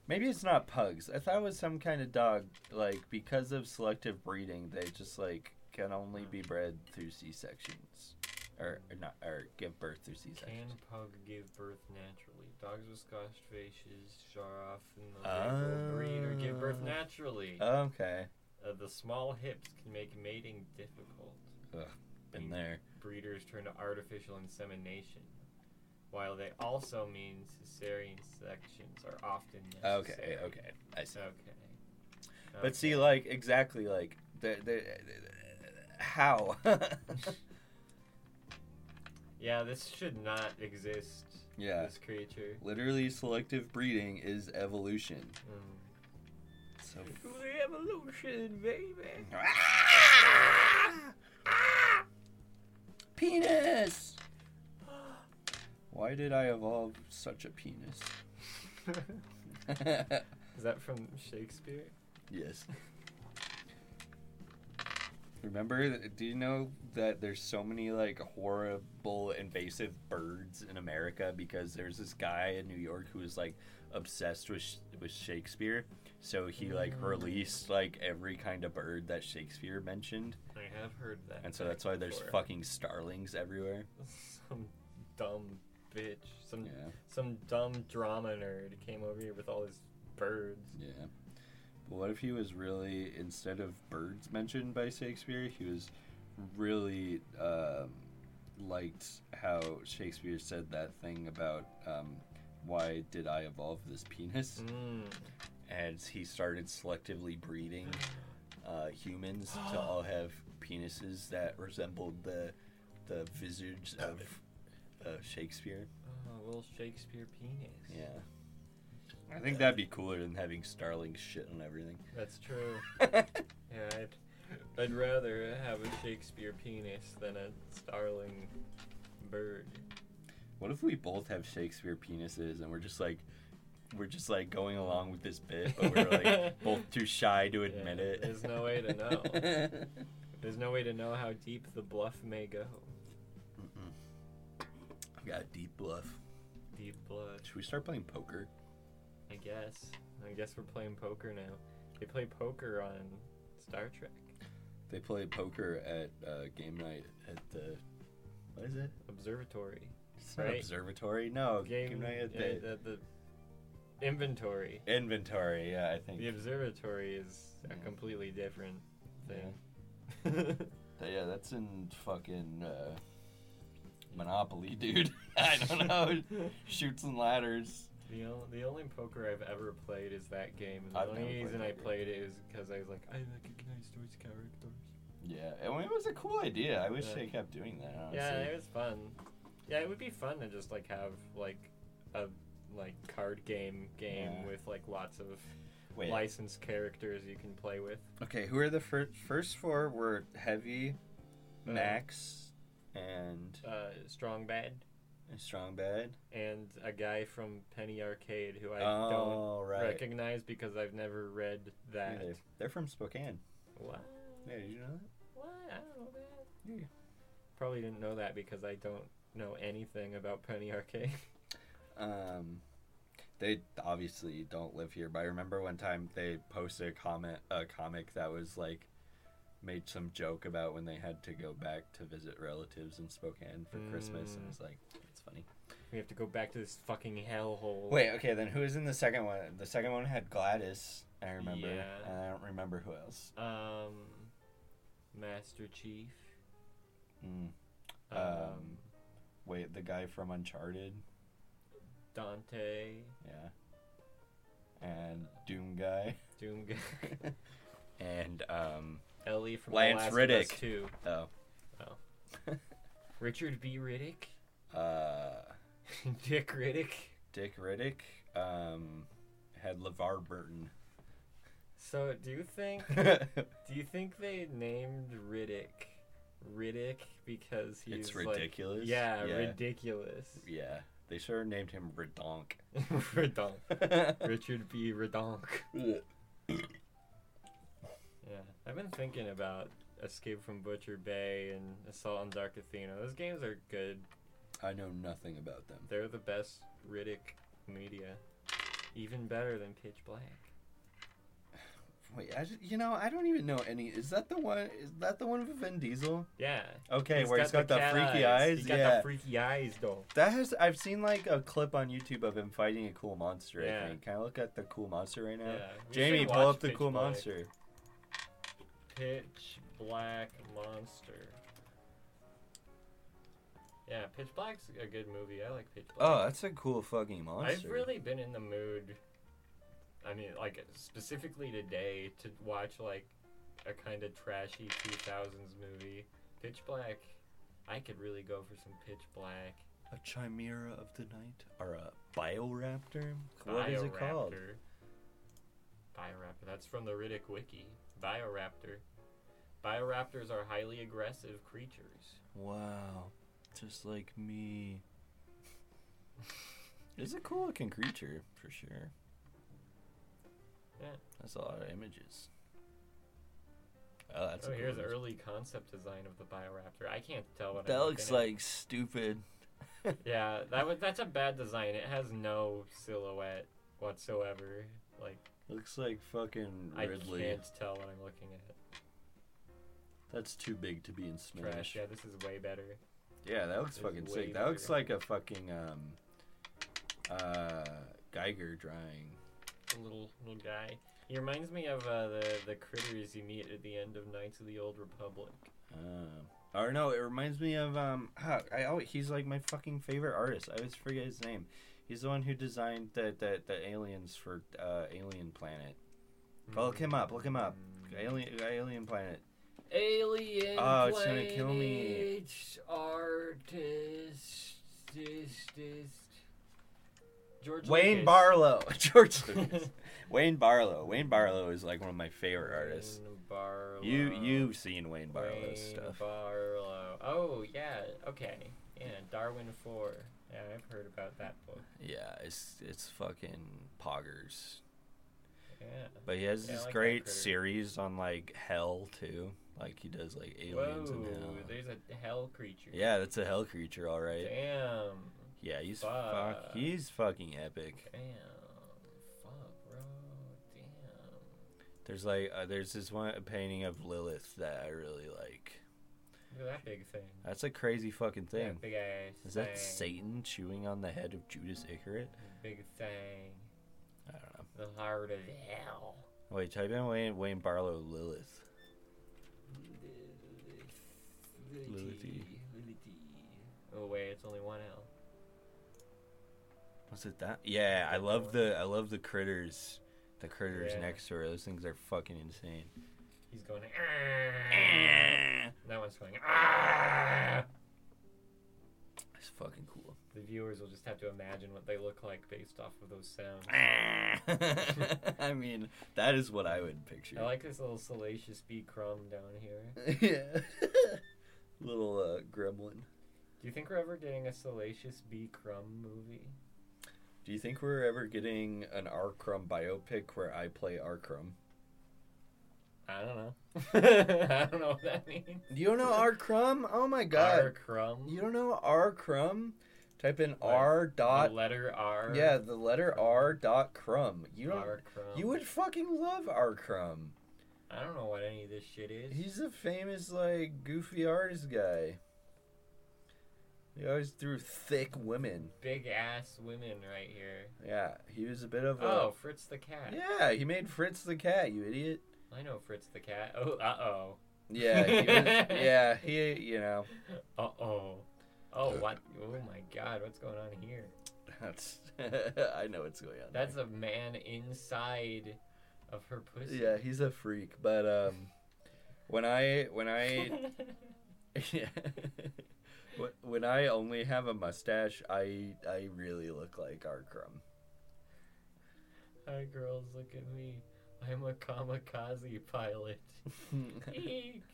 Maybe it's not pugs. I thought it was some kind of dog. Like because of selective breeding, they just like can only
Mm.
be bred through C sections, or, or not, or give birth through C
Can
sections.
pug give birth naturally? Dogs with Scotch faces are often the
Oh.
legal breed or give
Ah.
birth naturally.
Okay,
Uh, the small hips can make mating difficult.
been there.
Breeders turn to artificial insemination, while they also mean cesarean sections are often necessary.
Okay, okay, I see.
Okay.
But see, like exactly, like the the how.
yeah, this should not exist.
yeah,
This creature.
literally selective breeding is evolution.
Mm.
So.
Evolution, baby.
Penis. Why did I evolve such a penis?
Is that from Shakespeare?
yes. Remember, do you know that there's so many like horrible invasive birds in America because there's this guy in New York who was like obsessed with Sh- with Shakespeare, so he like
Mm.
released like every kind of bird that Shakespeare mentioned,
I have heard that.
and so that's why there's
before.
fucking starlings everywhere.
some dumb bitch, some
Yeah.
some dumb drama nerd came over here with all his birds.
Yeah. But what if he was really, instead of birds mentioned by Shakespeare, he was really um, liked how Shakespeare said that thing about um, why did I evolve this penis?
Mm.
And he started selectively breeding uh, humans to all have penises that resembled the the visage of uh, Shakespeare.
Oh, little Shakespeare penis.
Yeah. I think that'd be cooler than having starlings shit on everything.
that's true. Yeah, I'd, I'd rather have a Shakespeare penis than a starling bird.
What if we both have Shakespeare penises and we're just like, we're just like going along with this bit, but we're like both too shy to admit
Yeah,
it.
there's no way to know. There's no way to know how deep the bluff may go.
I've got a deep bluff.
Deep blood.
Should we start playing poker?
I guess. I guess we're playing poker now. They play poker on Star Trek.
They play poker at uh, game night at the what is it?
Observatory.
It's not
Right.
observatory. No, game,
Game
night at
uh,
the
the, the inventory.
inventory. Yeah, I think.
The observatory is a
Yeah.
completely different thing.
Uh, Yeah, that's in fucking uh, Monopoly, dude. I don't know. Shoots and ladders.
The, o- the only poker I've ever played is that game. and The
I've never
only
played
reason I
poker.
played it is because I was like, I recognize those characters.
Yeah, I mean, it was a cool idea. I wish
Yeah.
they kept doing that. Honestly.
Yeah, it was fun. Yeah, it would be fun to just like have like a like card game game
Yeah.
with like lots of
Wait.
licensed characters you can play with.
Okay, who are the first? First four were Heavy,
Uh,
Max, and
Uh, Strong Bad
Strong Bad.
and a guy from Penny Arcade who I
oh,
don't
right.
recognize because I've never read
Yeah,
that.
they- They're from Spokane.
What?
Yeah, did you know that?
What? I don't know that.
Yeah.
Probably didn't know that because I don't know anything about Penny Arcade.
Um, they obviously don't live here, but I remember one time they posted a comment, a comic that was like, made some joke about when they had to go back to visit relatives in Spokane for Christmas, and
Mm.
it's like, it's funny.
we have to go back to this fucking hellhole.
Wait, okay, then who was in the second one? The second one had Gladys, I remember,
Yeah.
and I don't remember who else.
Um, Master Chief.
Mm.
Um,
Um, Wait, the guy from Uncharted,
Dante.
yeah, and Doom guy,
Doom. Guy,
and um,
Ellie from
Lance
the Last
Riddick.
of Us 2.
oh,
Richard B. Riddick.
uh.
Dick Riddick.
Dick Riddick um, had LeVar Burton.
So do you think
it's
do you think they named Riddick Riddick because he's like
ridiculous.
yeah,
yeah.
ridiculous.
yeah. They should have named him Redonk.
Redonk. Richard B. Redonk. Yeah, I've been thinking about Escape from Butcher Bay and Assault on Dark Athena. Those games are good.
I know nothing about them.
They're the best Riddick media, even better than Pitch Black.
Wait, I just, you know, I don't even know any. Is that the one? Is that the one with Vin Diesel?
Yeah.
Okay, where he's got the,
cat
freaky eyes.
He got
Yeah,
the freaky eyes though.
that has. I've seen like a clip on YouTube of him fighting a cool monster.
Yeah.
I think. Can I look at the cool monster right now?
Yeah. we
Jamie,
should
pull
watch
up the
Pitch
cool
Black.
monster.
Pitch Black Monster. Yeah, Pitch Black's a good movie. I like Pitch Black.
Oh, that's a cool fucking monster.
I've really been in the mood. I mean, like specifically today to watch like a kind of trashy 2000s movie. Pitch Black. I could really go for some Pitch Black.
a chimera of the night or a bioraptor What is it called
Bioraptor. Bioraptor. That's from the Riddick Wiki. Bioraptor. Bioraptors are highly aggressive creatures.
wow just like me it's a cool looking creature for sure
Yeah.
that's a lot of images oh that's
oh,
a cool
here's
image.
early concept design of the Bioraptor. I can't tell what I'm
that
looking
looks
at.
like stupid
Yeah, that was that's a bad design. It has no silhouette whatsoever. Like
looks like fucking
I
ridley
can't tell what I'm looking at.
that's too big to be in smash
Trash. Yeah, this is way better.
Yeah, that looks
It's
fucking
way
sick. That
better.
looks like a fucking um uh Geiger drawing.
The little little guy. He reminds me of uh, the the critters you meet at the end of Knights of the Old Republic.
Um or no, it reminds me of um ah, I oh he's like my fucking favorite artist. I always forget his name. He's the one who designed the the, the aliens for uh Alien Planet. Oh,
Hmm.
look him up, look him up. Alien Alien Planet.
Alien
Oh, it's gonna kill me.
Planet artist this- this- George
Wayne
Lucas.
Barlow. George Lucas. Wayne Barlow. Wayne Barlow is like one of my favorite artists.
Wayne Barlow.
You you've seen
Wayne
Wayne Barlow's stuff.
Barlow. Oh yeah. Okay. Yeah. Darwin Four. Yeah, I've heard about that book.
Yeah, it's it's fucking poggers.
Yeah.
But he has
Yeah, I like
this
that
great
critter.
series on like hell too. Like he does like aliens
Whoa.
and hell.
There's a hell creature.
Yeah, that's a hell creature, all right.
Damn.
Yeah, he's
Fuck.
fuck. He's fucking epic.
Damn. Fuck, bro. Damn.
There's like uh, there's this one painting of Lilith that I really like.
Look at that big thing.
That's a crazy fucking thing.
That big ass.
Is that
thing.
Satan chewing on the head of Judas Icarit?
Big thing.
I don't know.
The heart of hell.
Wait, type in Wayne Wayne Barlow Lilith. Lilithy.
Oh wait, it's only one L.
Was it that? Yeah, I love the I love the critters. The critters
Yeah.
next to her. Those things are fucking insane.
He's going.
Eh.
"Ah." that one's going. "Ah."
It's fucking cool.
The viewers will just have to imagine what they look like based off of those sounds.
Eh. I mean, that is what I would picture.
I like this little salacious bee crumb down here.
yeah. Little uh, gremlin.
Do you think we're ever getting a salacious bee crumb movie?
Do you think we're ever getting an R. Crumb biopic where I play R. Crumb?
I don't know. I don't know what that means.
You don't know R. Crumb? Oh my
R
god.
crumb.
You don't know R. Crumb? Type in
Like,
R.
The
Dot.
letter R.
Yeah, the letter R. Dot Crumb. You don't.
R crumb.
You would fucking love R. Crumb.
I don't know what any of this shit is.
He's a famous like goofy artist guy. He always drew thick women.
Big ass women right here.
Yeah, he was a bit of a.
Oh, Fritz the cat.
Yeah, he made Fritz the cat. You idiot.
I know Fritz the cat. Oh, uh oh.
Yeah, he was, yeah, he, you know,
Uh oh. Oh, what? Oh my god, what's going on here?
that's, I know what's going on.
That's a man inside of her
there.
pussy.
yeah, he's a freak. But um, when I when I when- when I only have a mustache, I I really look like Arkrum.
Hi, girls, look at me. I'm a kamikaze pilot. Eek.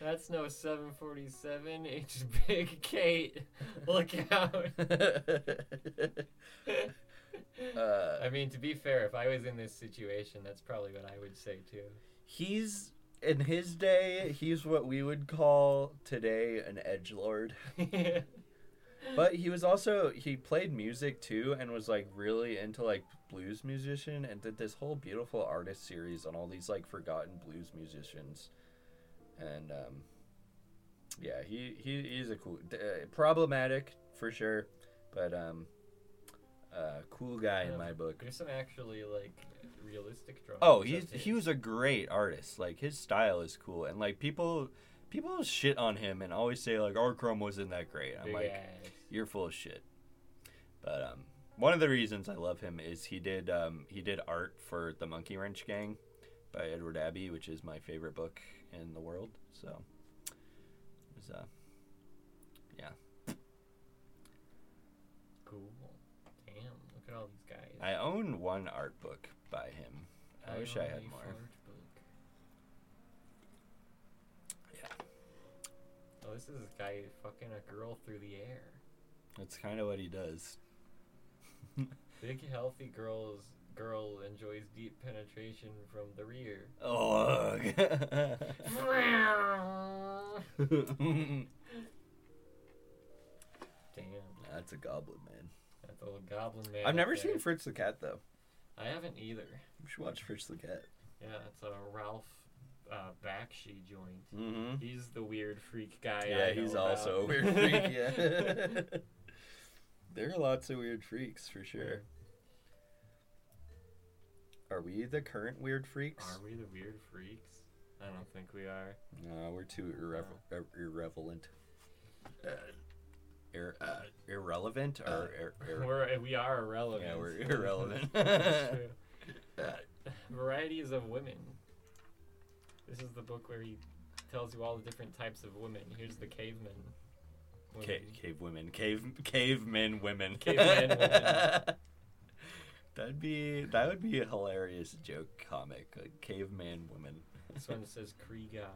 That's no 747. It's Big Kate. Look out.
uh,
I mean, to be fair, if I was in this situation, that's probably what I would say too.
he's in his day. He's what we would call today an edge lord. But he was also he played music too and was like really into like blues musician and did this whole beautiful artist series on all these like forgotten blues musicians. And um yeah, he he he's a cool uh, problematic for sure, but um uh cool guy in my book.
There's some actually like realistic drawings.
Oh,
of
he's he
his.
was a great artist. Like his style is cool and like people people shit on him and always say like Arkrum wasn't that great. I'm
Big
like
ass.
you're full of shit. But um, one of the reasons I love him is he did um, he did art for the Monkey Wrench Gang by Edward Abbey, which is my favorite book in the world. So it was uh,
cool. Damn, look at all these guys.
I own one art book by him. I, wish I had
only
more.
fart book.
Yeah.
Oh, this is a guy fucking a girl through the air.
That's kind of what he does.
Big healthy girls girl enjoys deep penetration from the rear.
Oh.
Damn.
That's a goblin, man.
That's a little goblin man.
I've never
up there.
seen Fritz the Cat though.
I haven't either.
You should watch Fritz the Cat.
Yeah, it's a Ralph uh, Bakshi joint.
Mm-hmm.
He's the weird freak guy.
Yeah,
I know
he's
about.
also a weird freak. Yeah. there are lots of weird freaks for sure. Are we the current weird freaks?
Are we the weird freaks? I don't think we Uh, are.
No, we're too irrever- ir- irrelevant. Uh, ir- uh, irrelevant or ir- ir-
Uh, We're eh, we are irrelevant.
yeah, we're irrelevant.
That's true.
Uh,
Varieties of women. This is the book where he tells you all the different types of women. Here's the caveman. women.
Cave, cave women, cave cavemen women.
Cavemen women.
That'd be that would be a hilarious joke comic. Like caveman women.
This one says Kriga.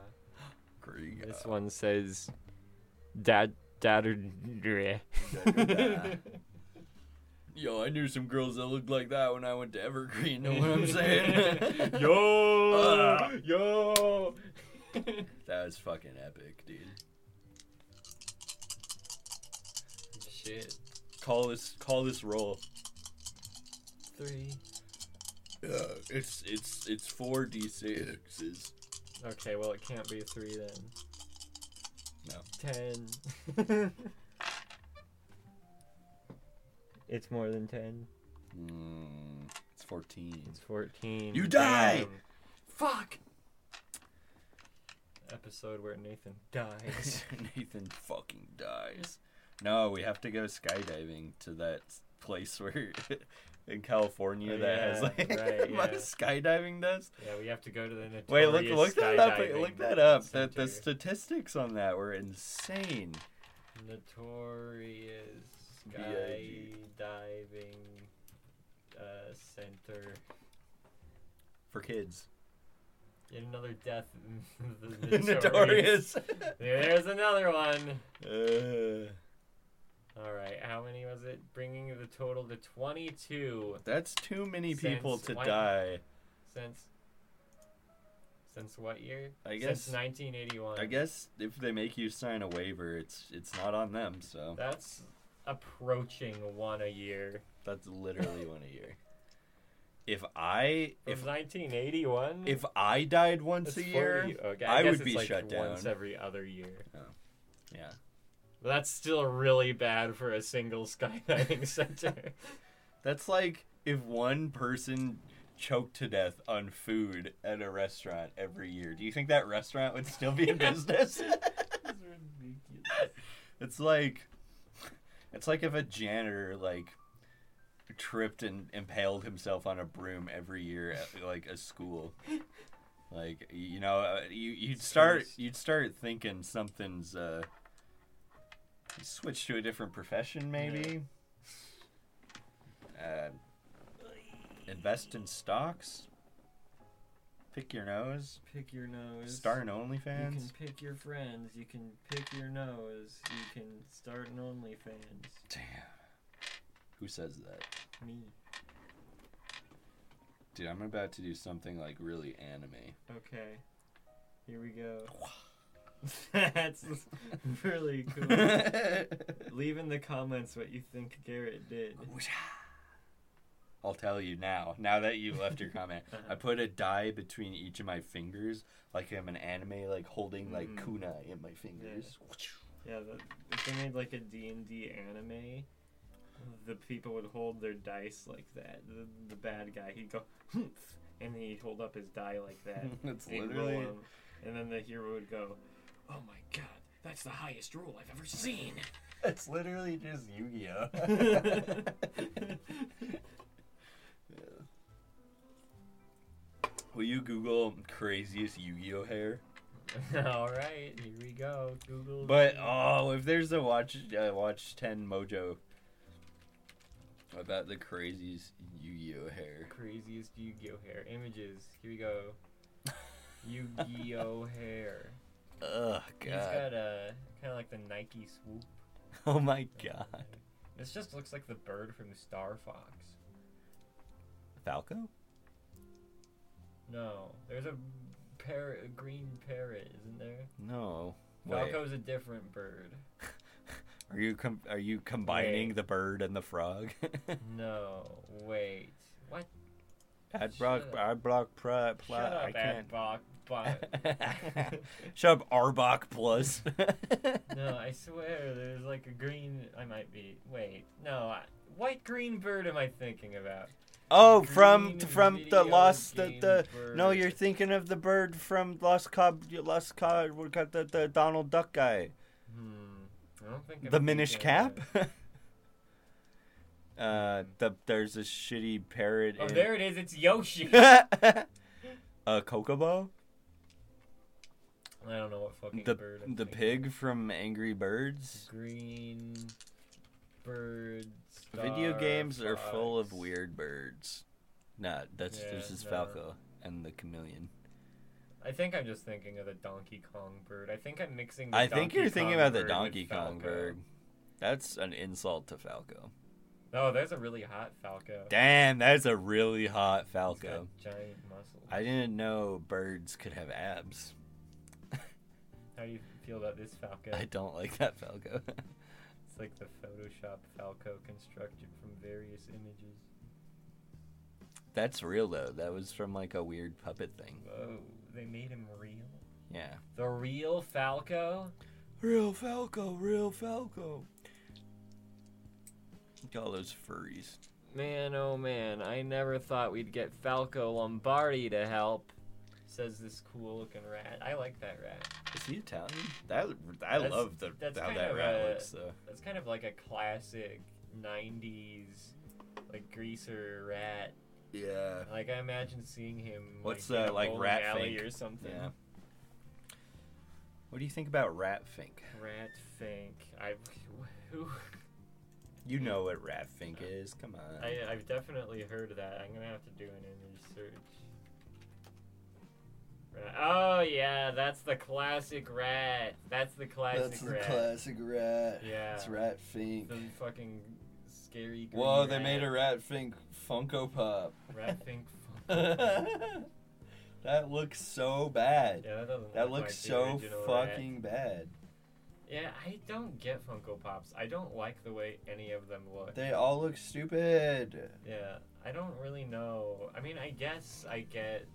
Krieg.
This one says Dad Dadder.
Yo, I knew some girls that looked like that when I went to Evergreen. Know what I'm saying?
yo,
Ah.
yo.
that was fucking epic, dude.
Shit.
call this call this roll.
Three.
Uh, it's it's it's four d sixes.
Okay, well it can't be three then.
No.
Ten. it's more than ten.
Mm, it's fourteen.
It's fourteen.
You die!
Damn.
Fuck.
Episode where Nathan dies.
Nathan fucking dies. No, we have to go skydiving to that place where in California
Oh,
that
yeah,
has like
right,
my
yeah.
skydiving does.
yeah, we have to go to the notorious
Wait, look look that up.
skydiving
Look that up. The,
Center.
the statistics on that were insane.
Notorious
B.I.G..
skydiving uh, center.
For kids.
Yet another death. the notorious.
Notorious.
There's another one.
uh,
All right, how many was it? Bringing the total to 22
that's too many people
Since
to
when?
die.
since since what year?
I guess-
since 1981.
I guess if they make you sign a waiver, it's it's not on them. So
that's approaching one a year.
that's literally one a year. If I
From
if
1981.
If I died once
That's
a year,
40 okay,
I
guess
would
it's
be
like
shut
Once
down.
every other year.
yeah,
But that's still really bad for a single skydiving center.
that's like if one person choked to death on food at a restaurant every year. Do you think that restaurant would still be in business? it's like, it's like if a janitor like tripped and impaled himself on a broom every year at like a school. Like you know, uh, you you'd start
Christ.
you'd start thinking something's uh, switch to a different profession maybe. Uh, invest in stocks. Pick your nose.
Pick your nose.
Start an
You
OnlyFans.
can pick your friends. You can pick your nose. You can start an OnlyFans.
Damn. Who says that?
Me.
Dude, I'm about to do something like really anime.
Okay. Here we go. That's really cool.
I'll
Leave in the comments what you think Garrett did.
tell you now. Now that you left your comment,
Uh-huh.
I put a die between each of my fingers, like I'm an anime, like holding like
Mm.
kunai in my fingers.
Yeah, that, if they made like a D and D anime, the people would hold their dice like that. The, the bad guy, he'd go, "Humph," and then he'd hold up his die like that.
That's
and he'd roll
literally.
'em, and then the hero would go, "Oh my god, that's the highest roll I've ever seen."
It's literally just Yu-Gi-Oh. Will you Google craziest Yu-Gi-Oh hair?
All right, here we go. Google.
But oh, if there's a watch, uh, watch ten mojo about the craziest Yu-Gi-Oh hair.
craziest Yu-Gi-Oh hair images. Here we go. Yu-Gi-Oh hair.
Oh
He's got a kind of like the Nike swoop.
Oh my god.
This just looks like the bird from Star Fox.
Falco?
No, there's a parrot, a green parrot, isn't there?
No. Wait,
Falco's a different bird.
are you com- are you combining
Wait.
the bird and the frog?
No, wait. What?
Ad
Shut
block,
up.
ad block, pr- pl-
Shut up,
I can't.
Adbok. Bot.
Shut up, Arbok plus.
no, I swear there's like a green. I might be. Wait, no. I, what green bird am I thinking about?
Oh, from
Green
from the
video
lost the,
game
the no,
bird.
you're thinking of the bird from Lost Cob, Lost Cob, we got the, the Donald Duck guy,
Hmm. I don't think. I'm
the Minish
thinking of
Cap. uh, the there's a shitty parrot.
it. Oh,
in-
there it is. It's Yoshi. I
a Kokobo,
don't know what fucking
the
bird. I'm
the
thinking
pig from Angry Birds.
of. Green bird.
Video
star
games are full of
fox.
weird birds. Nah, that's
Yeah,
this is
no.
Falco and the chameleon.
I think I'm just thinking of the Donkey Kong bird. I think I'm mixing. The
I think
Donkey
you're thinking
Kong
about the
bird with
Donkey
Falco.
Kong bird. That's an insult to Falco.
Oh, there's a really hot Falco.
Damn, that's a really hot
He's got
Falco.
giant muscles.
I didn't know birds could have abs.
How do you feel about this Falco?
I don't like that Falco.
It's like the Photoshop Falco constructed from various images.
That's real though. That was from like a weird puppet thing.
Whoa, Oh, they made him real?
Yeah.
The real Falco?
Real Falco, real Falco. Look at all those furries.
Man, oh man, I never thought we'd get Falco Lombardi to help. Says this cool looking rat. I like that rat.
Is he Italian? That I
That's-
love the
that's
how
kind
that
of
rat
a-
looks though.
That's kind of like a classic 90s, like greaser rat.
Yeah.
Like I imagine seeing him.
What's,
in a
uh, like,
bowling
Rat
alley
Fink?
or something?
Yeah. What do you think about Rat Fink?
Rat Fink. I, who?
You know what Rat Fink is. Come on.
I, I've definitely heard of that. I'm gonna have to do an image search. Rat. Oh yeah, that's the classic rat. That's the classic
That's the
rat.
classic rat.
Yeah.
It's Rat Fink.
the fucking scary. green
Whoa,
rat.
they made a Rat Fink Funko Pop.
rat Fink. yeah,
that looks so bad.
that doesn't.
That
look like
looks
the
so
original rat.
fucking bad.
Yeah, I don't get Funko Pops. I don't like the way any of them look.
They all look stupid.
Yeah, I don't really know. I mean, I guess I get,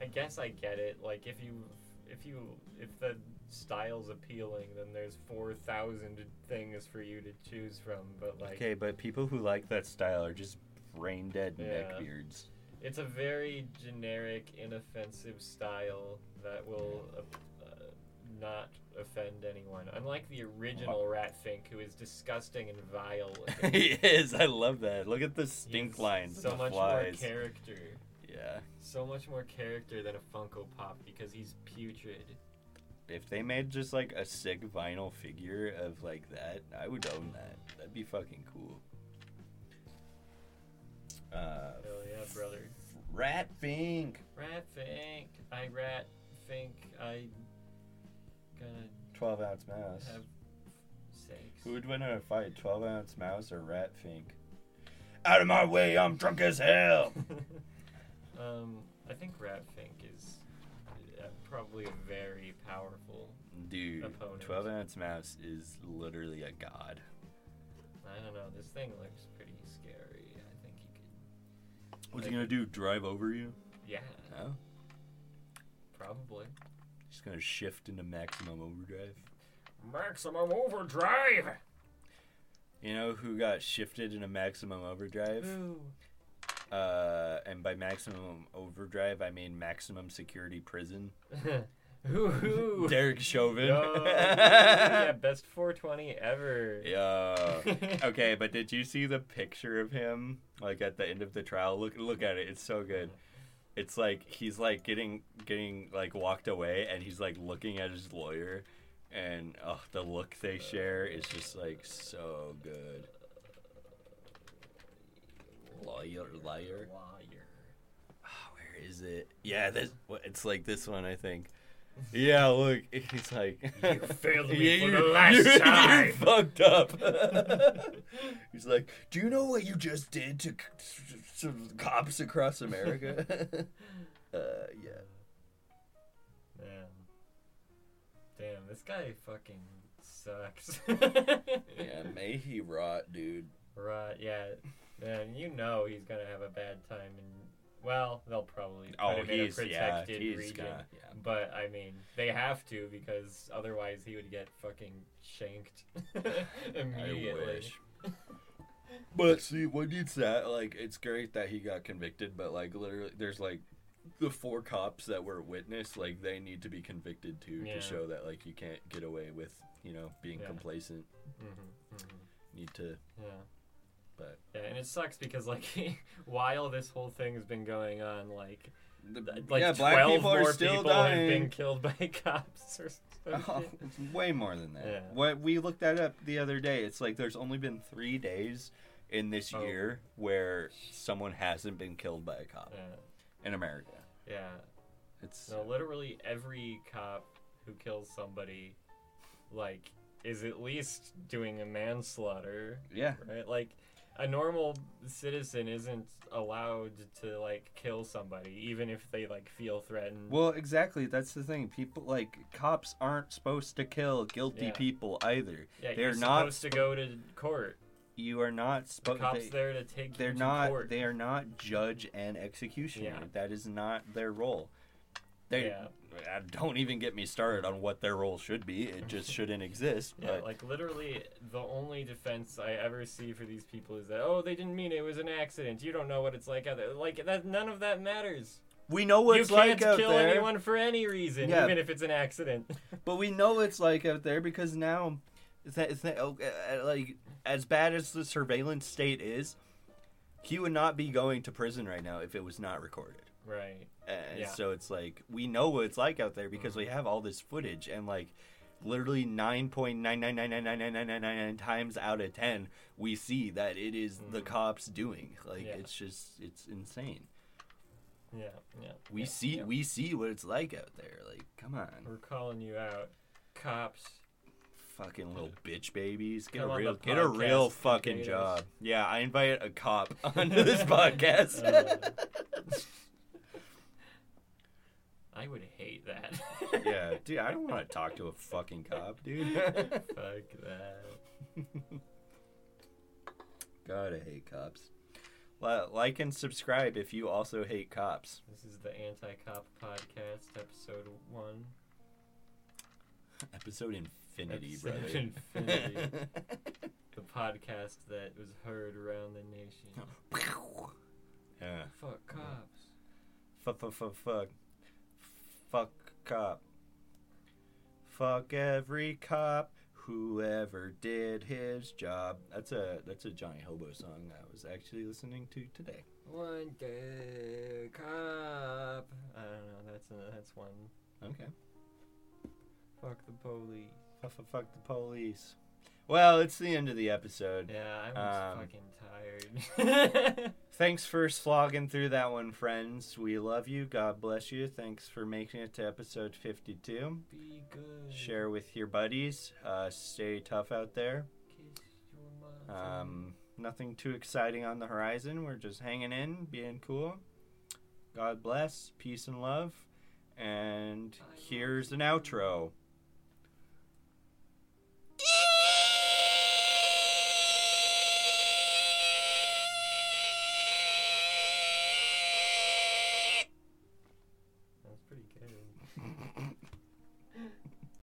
I guess I get it. Like if you, if you, if the style's appealing, then there's four thousand things for you to choose from. But like,
okay, but people who like that style are just brain dead
Yeah.
neckbeards.
it's a very generic, inoffensive style that will. Uh, uh, not offend anyone, unlike the original Rat Fink, who is disgusting and vile. looking.
he is. I love that. Look at the stink
He's
lines.
So
the
much
flies.
more character.
yeah.
so much more character than a Funko Pop because he's putrid.
If they made just like a sick vinyl figure of like that, I would own that. That'd be fucking cool. Uh,
Hell yeah, brother.
Rat Fink.
Rat Fink, I rat think I gonna
12 ounce mouse.
have sex.
Who would win in a fight, 12 ounce mouse or Rat Fink?
Out of my way, I'm drunk as hell.
um, I think Rat Fink is uh, probably a very powerful.
Dude,
Opponent.
12 ounce mouse is literally a god.
I don't know. This thing looks pretty scary. I think he could.
What's he gonna do? Drive over you?
Yeah,
No.
probably.
He's gonna shift into maximum overdrive.
Maximum overdrive.
You know who got shifted into maximum overdrive? Uh, and by maximum overdrive, I mean maximum security prison.
Ooh.
Derek Chauvin.
Yo, yeah, best 420 ever.
Yeah. Okay, but did you see the picture of him like at the end of the trial? Look look at it. It's so good. It's like he's like getting getting like walked away and he's like looking at his lawyer and oh the look they share is just like so good. Lawyer liar.
Liar.
Oh, where is it? Yeah, this what- it's like this one I think. Yeah, look, he's like
You failed me
Yeah,
for the last
you- you
time.
fucked up.
He's like, Do you know what you just did to, c- to cops across America? uh, yeah.
Damn. Damn, this guy fucking sucks.
Yeah, may he rot, dude.
Right, yeah. Man, you know he's gonna have a bad time and well, they'll probably put
oh,
him in a
he's yeah,
protected
he's
region.
got
But I mean, they have to because otherwise he would get fucking shanked
I
immediately.
wish. but see, what needs that? Like, it's great that he got convicted, but like, literally, there's like the four cops that were witness. Like, they need to be convicted too
Yeah.
to show that like you can't get away with you know being
Yeah.
complacent.
hmm hmm
Need to
Yeah.
But-
yeah, and it sucks because like while this whole thing has been going on, like th- like
yeah, black
twelve
people are
more
still
people have
dying.
been killed by cops or something.
Oh, way more than that.
Yeah.
What we looked that up the other day. It's like there's only been three days in this
Oh.
year where someone hasn't been killed by a cop
Yeah,
in America.
yeah.
It's
No, literally every cop who kills somebody, like, is at least doing a manslaughter,
yeah.
right? Like, a normal citizen isn't allowed to like kill somebody, even if they like feel threatened.
Well, exactly. That's the thing. People like cops aren't supposed to kill guilty
Yeah.
people either.
yeah,
they're
you're
not
supposed to go to court.
You are not
The
supposed.
cops
They,
there to take
they're
you
not.
to court.
They are not judge and executioner.
Yeah.
That is not their role. They
Yeah.
uh, don't even get me started on what their role should be. It just shouldn't exist.
Yeah,
but
like literally the only defense I ever see for these people is that oh they didn't mean it, it was an accident. You don't know what it's like out there. Like that none of that matters.
we know what
you
it's
can't
like out
kill
there.
anyone for any reason,
Yeah.
even if it's an accident.
But we know what it's like out there because now, th- th- oh, uh, uh, like as bad as the surveillance state is, he would not be going to prison right now if it was not recorded.
right.
And
Yeah. Mm-hmm.
so it's like we know what it's like out there because we have all this footage and like literally 9.999999999 times out of 10 we see that it is the
Mhm.
cops doing like
Yeah.
it's just it's insane
Yeah. Yeah.
we
yeah,
see
yeah.
we see what it's like out there like come on
We're calling you out, cops.
fucking little bitch babies get
Come
a
on
real
the
get a real
podcast,
fucking
potatoes.
job yeah i invite a cop onto this podcast
I would hate that.
yeah dude i don't want to talk to a fucking cop dude
Fuck that.
God, I hate cops. Li- Like and subscribe if you also hate cops.
This is the anti cop podcast, episode one.
Episode infinity,
Episode
brother.
infinity. The podcast that was heard around the nation.
Oh. yeah.
Fuck cops.
Fuck, fuck, fuck, fuck. Fuck cop. Fuck every cop. Whoever did his job. That's a that's a Johnny Hobo song I was actually listening to today.
One day cop. I don't know. That's a, that's one.
Okay.
Fuck the police.
Fuck, fuck, fuck the police. Well, it's the end of the episode.
Yeah, I'm
Um,
just fucking tired.
Thanks for slogging through that one, friends. We love you. God bless you. Thanks for making it to episode 52.
Be good.
Share with your buddies. Uh, stay tough out there.
Kiss your mother.
Um, nothing too exciting on the horizon. We're just hanging in, being cool. God bless. Peace and love. And here's an outro.
That's pretty good.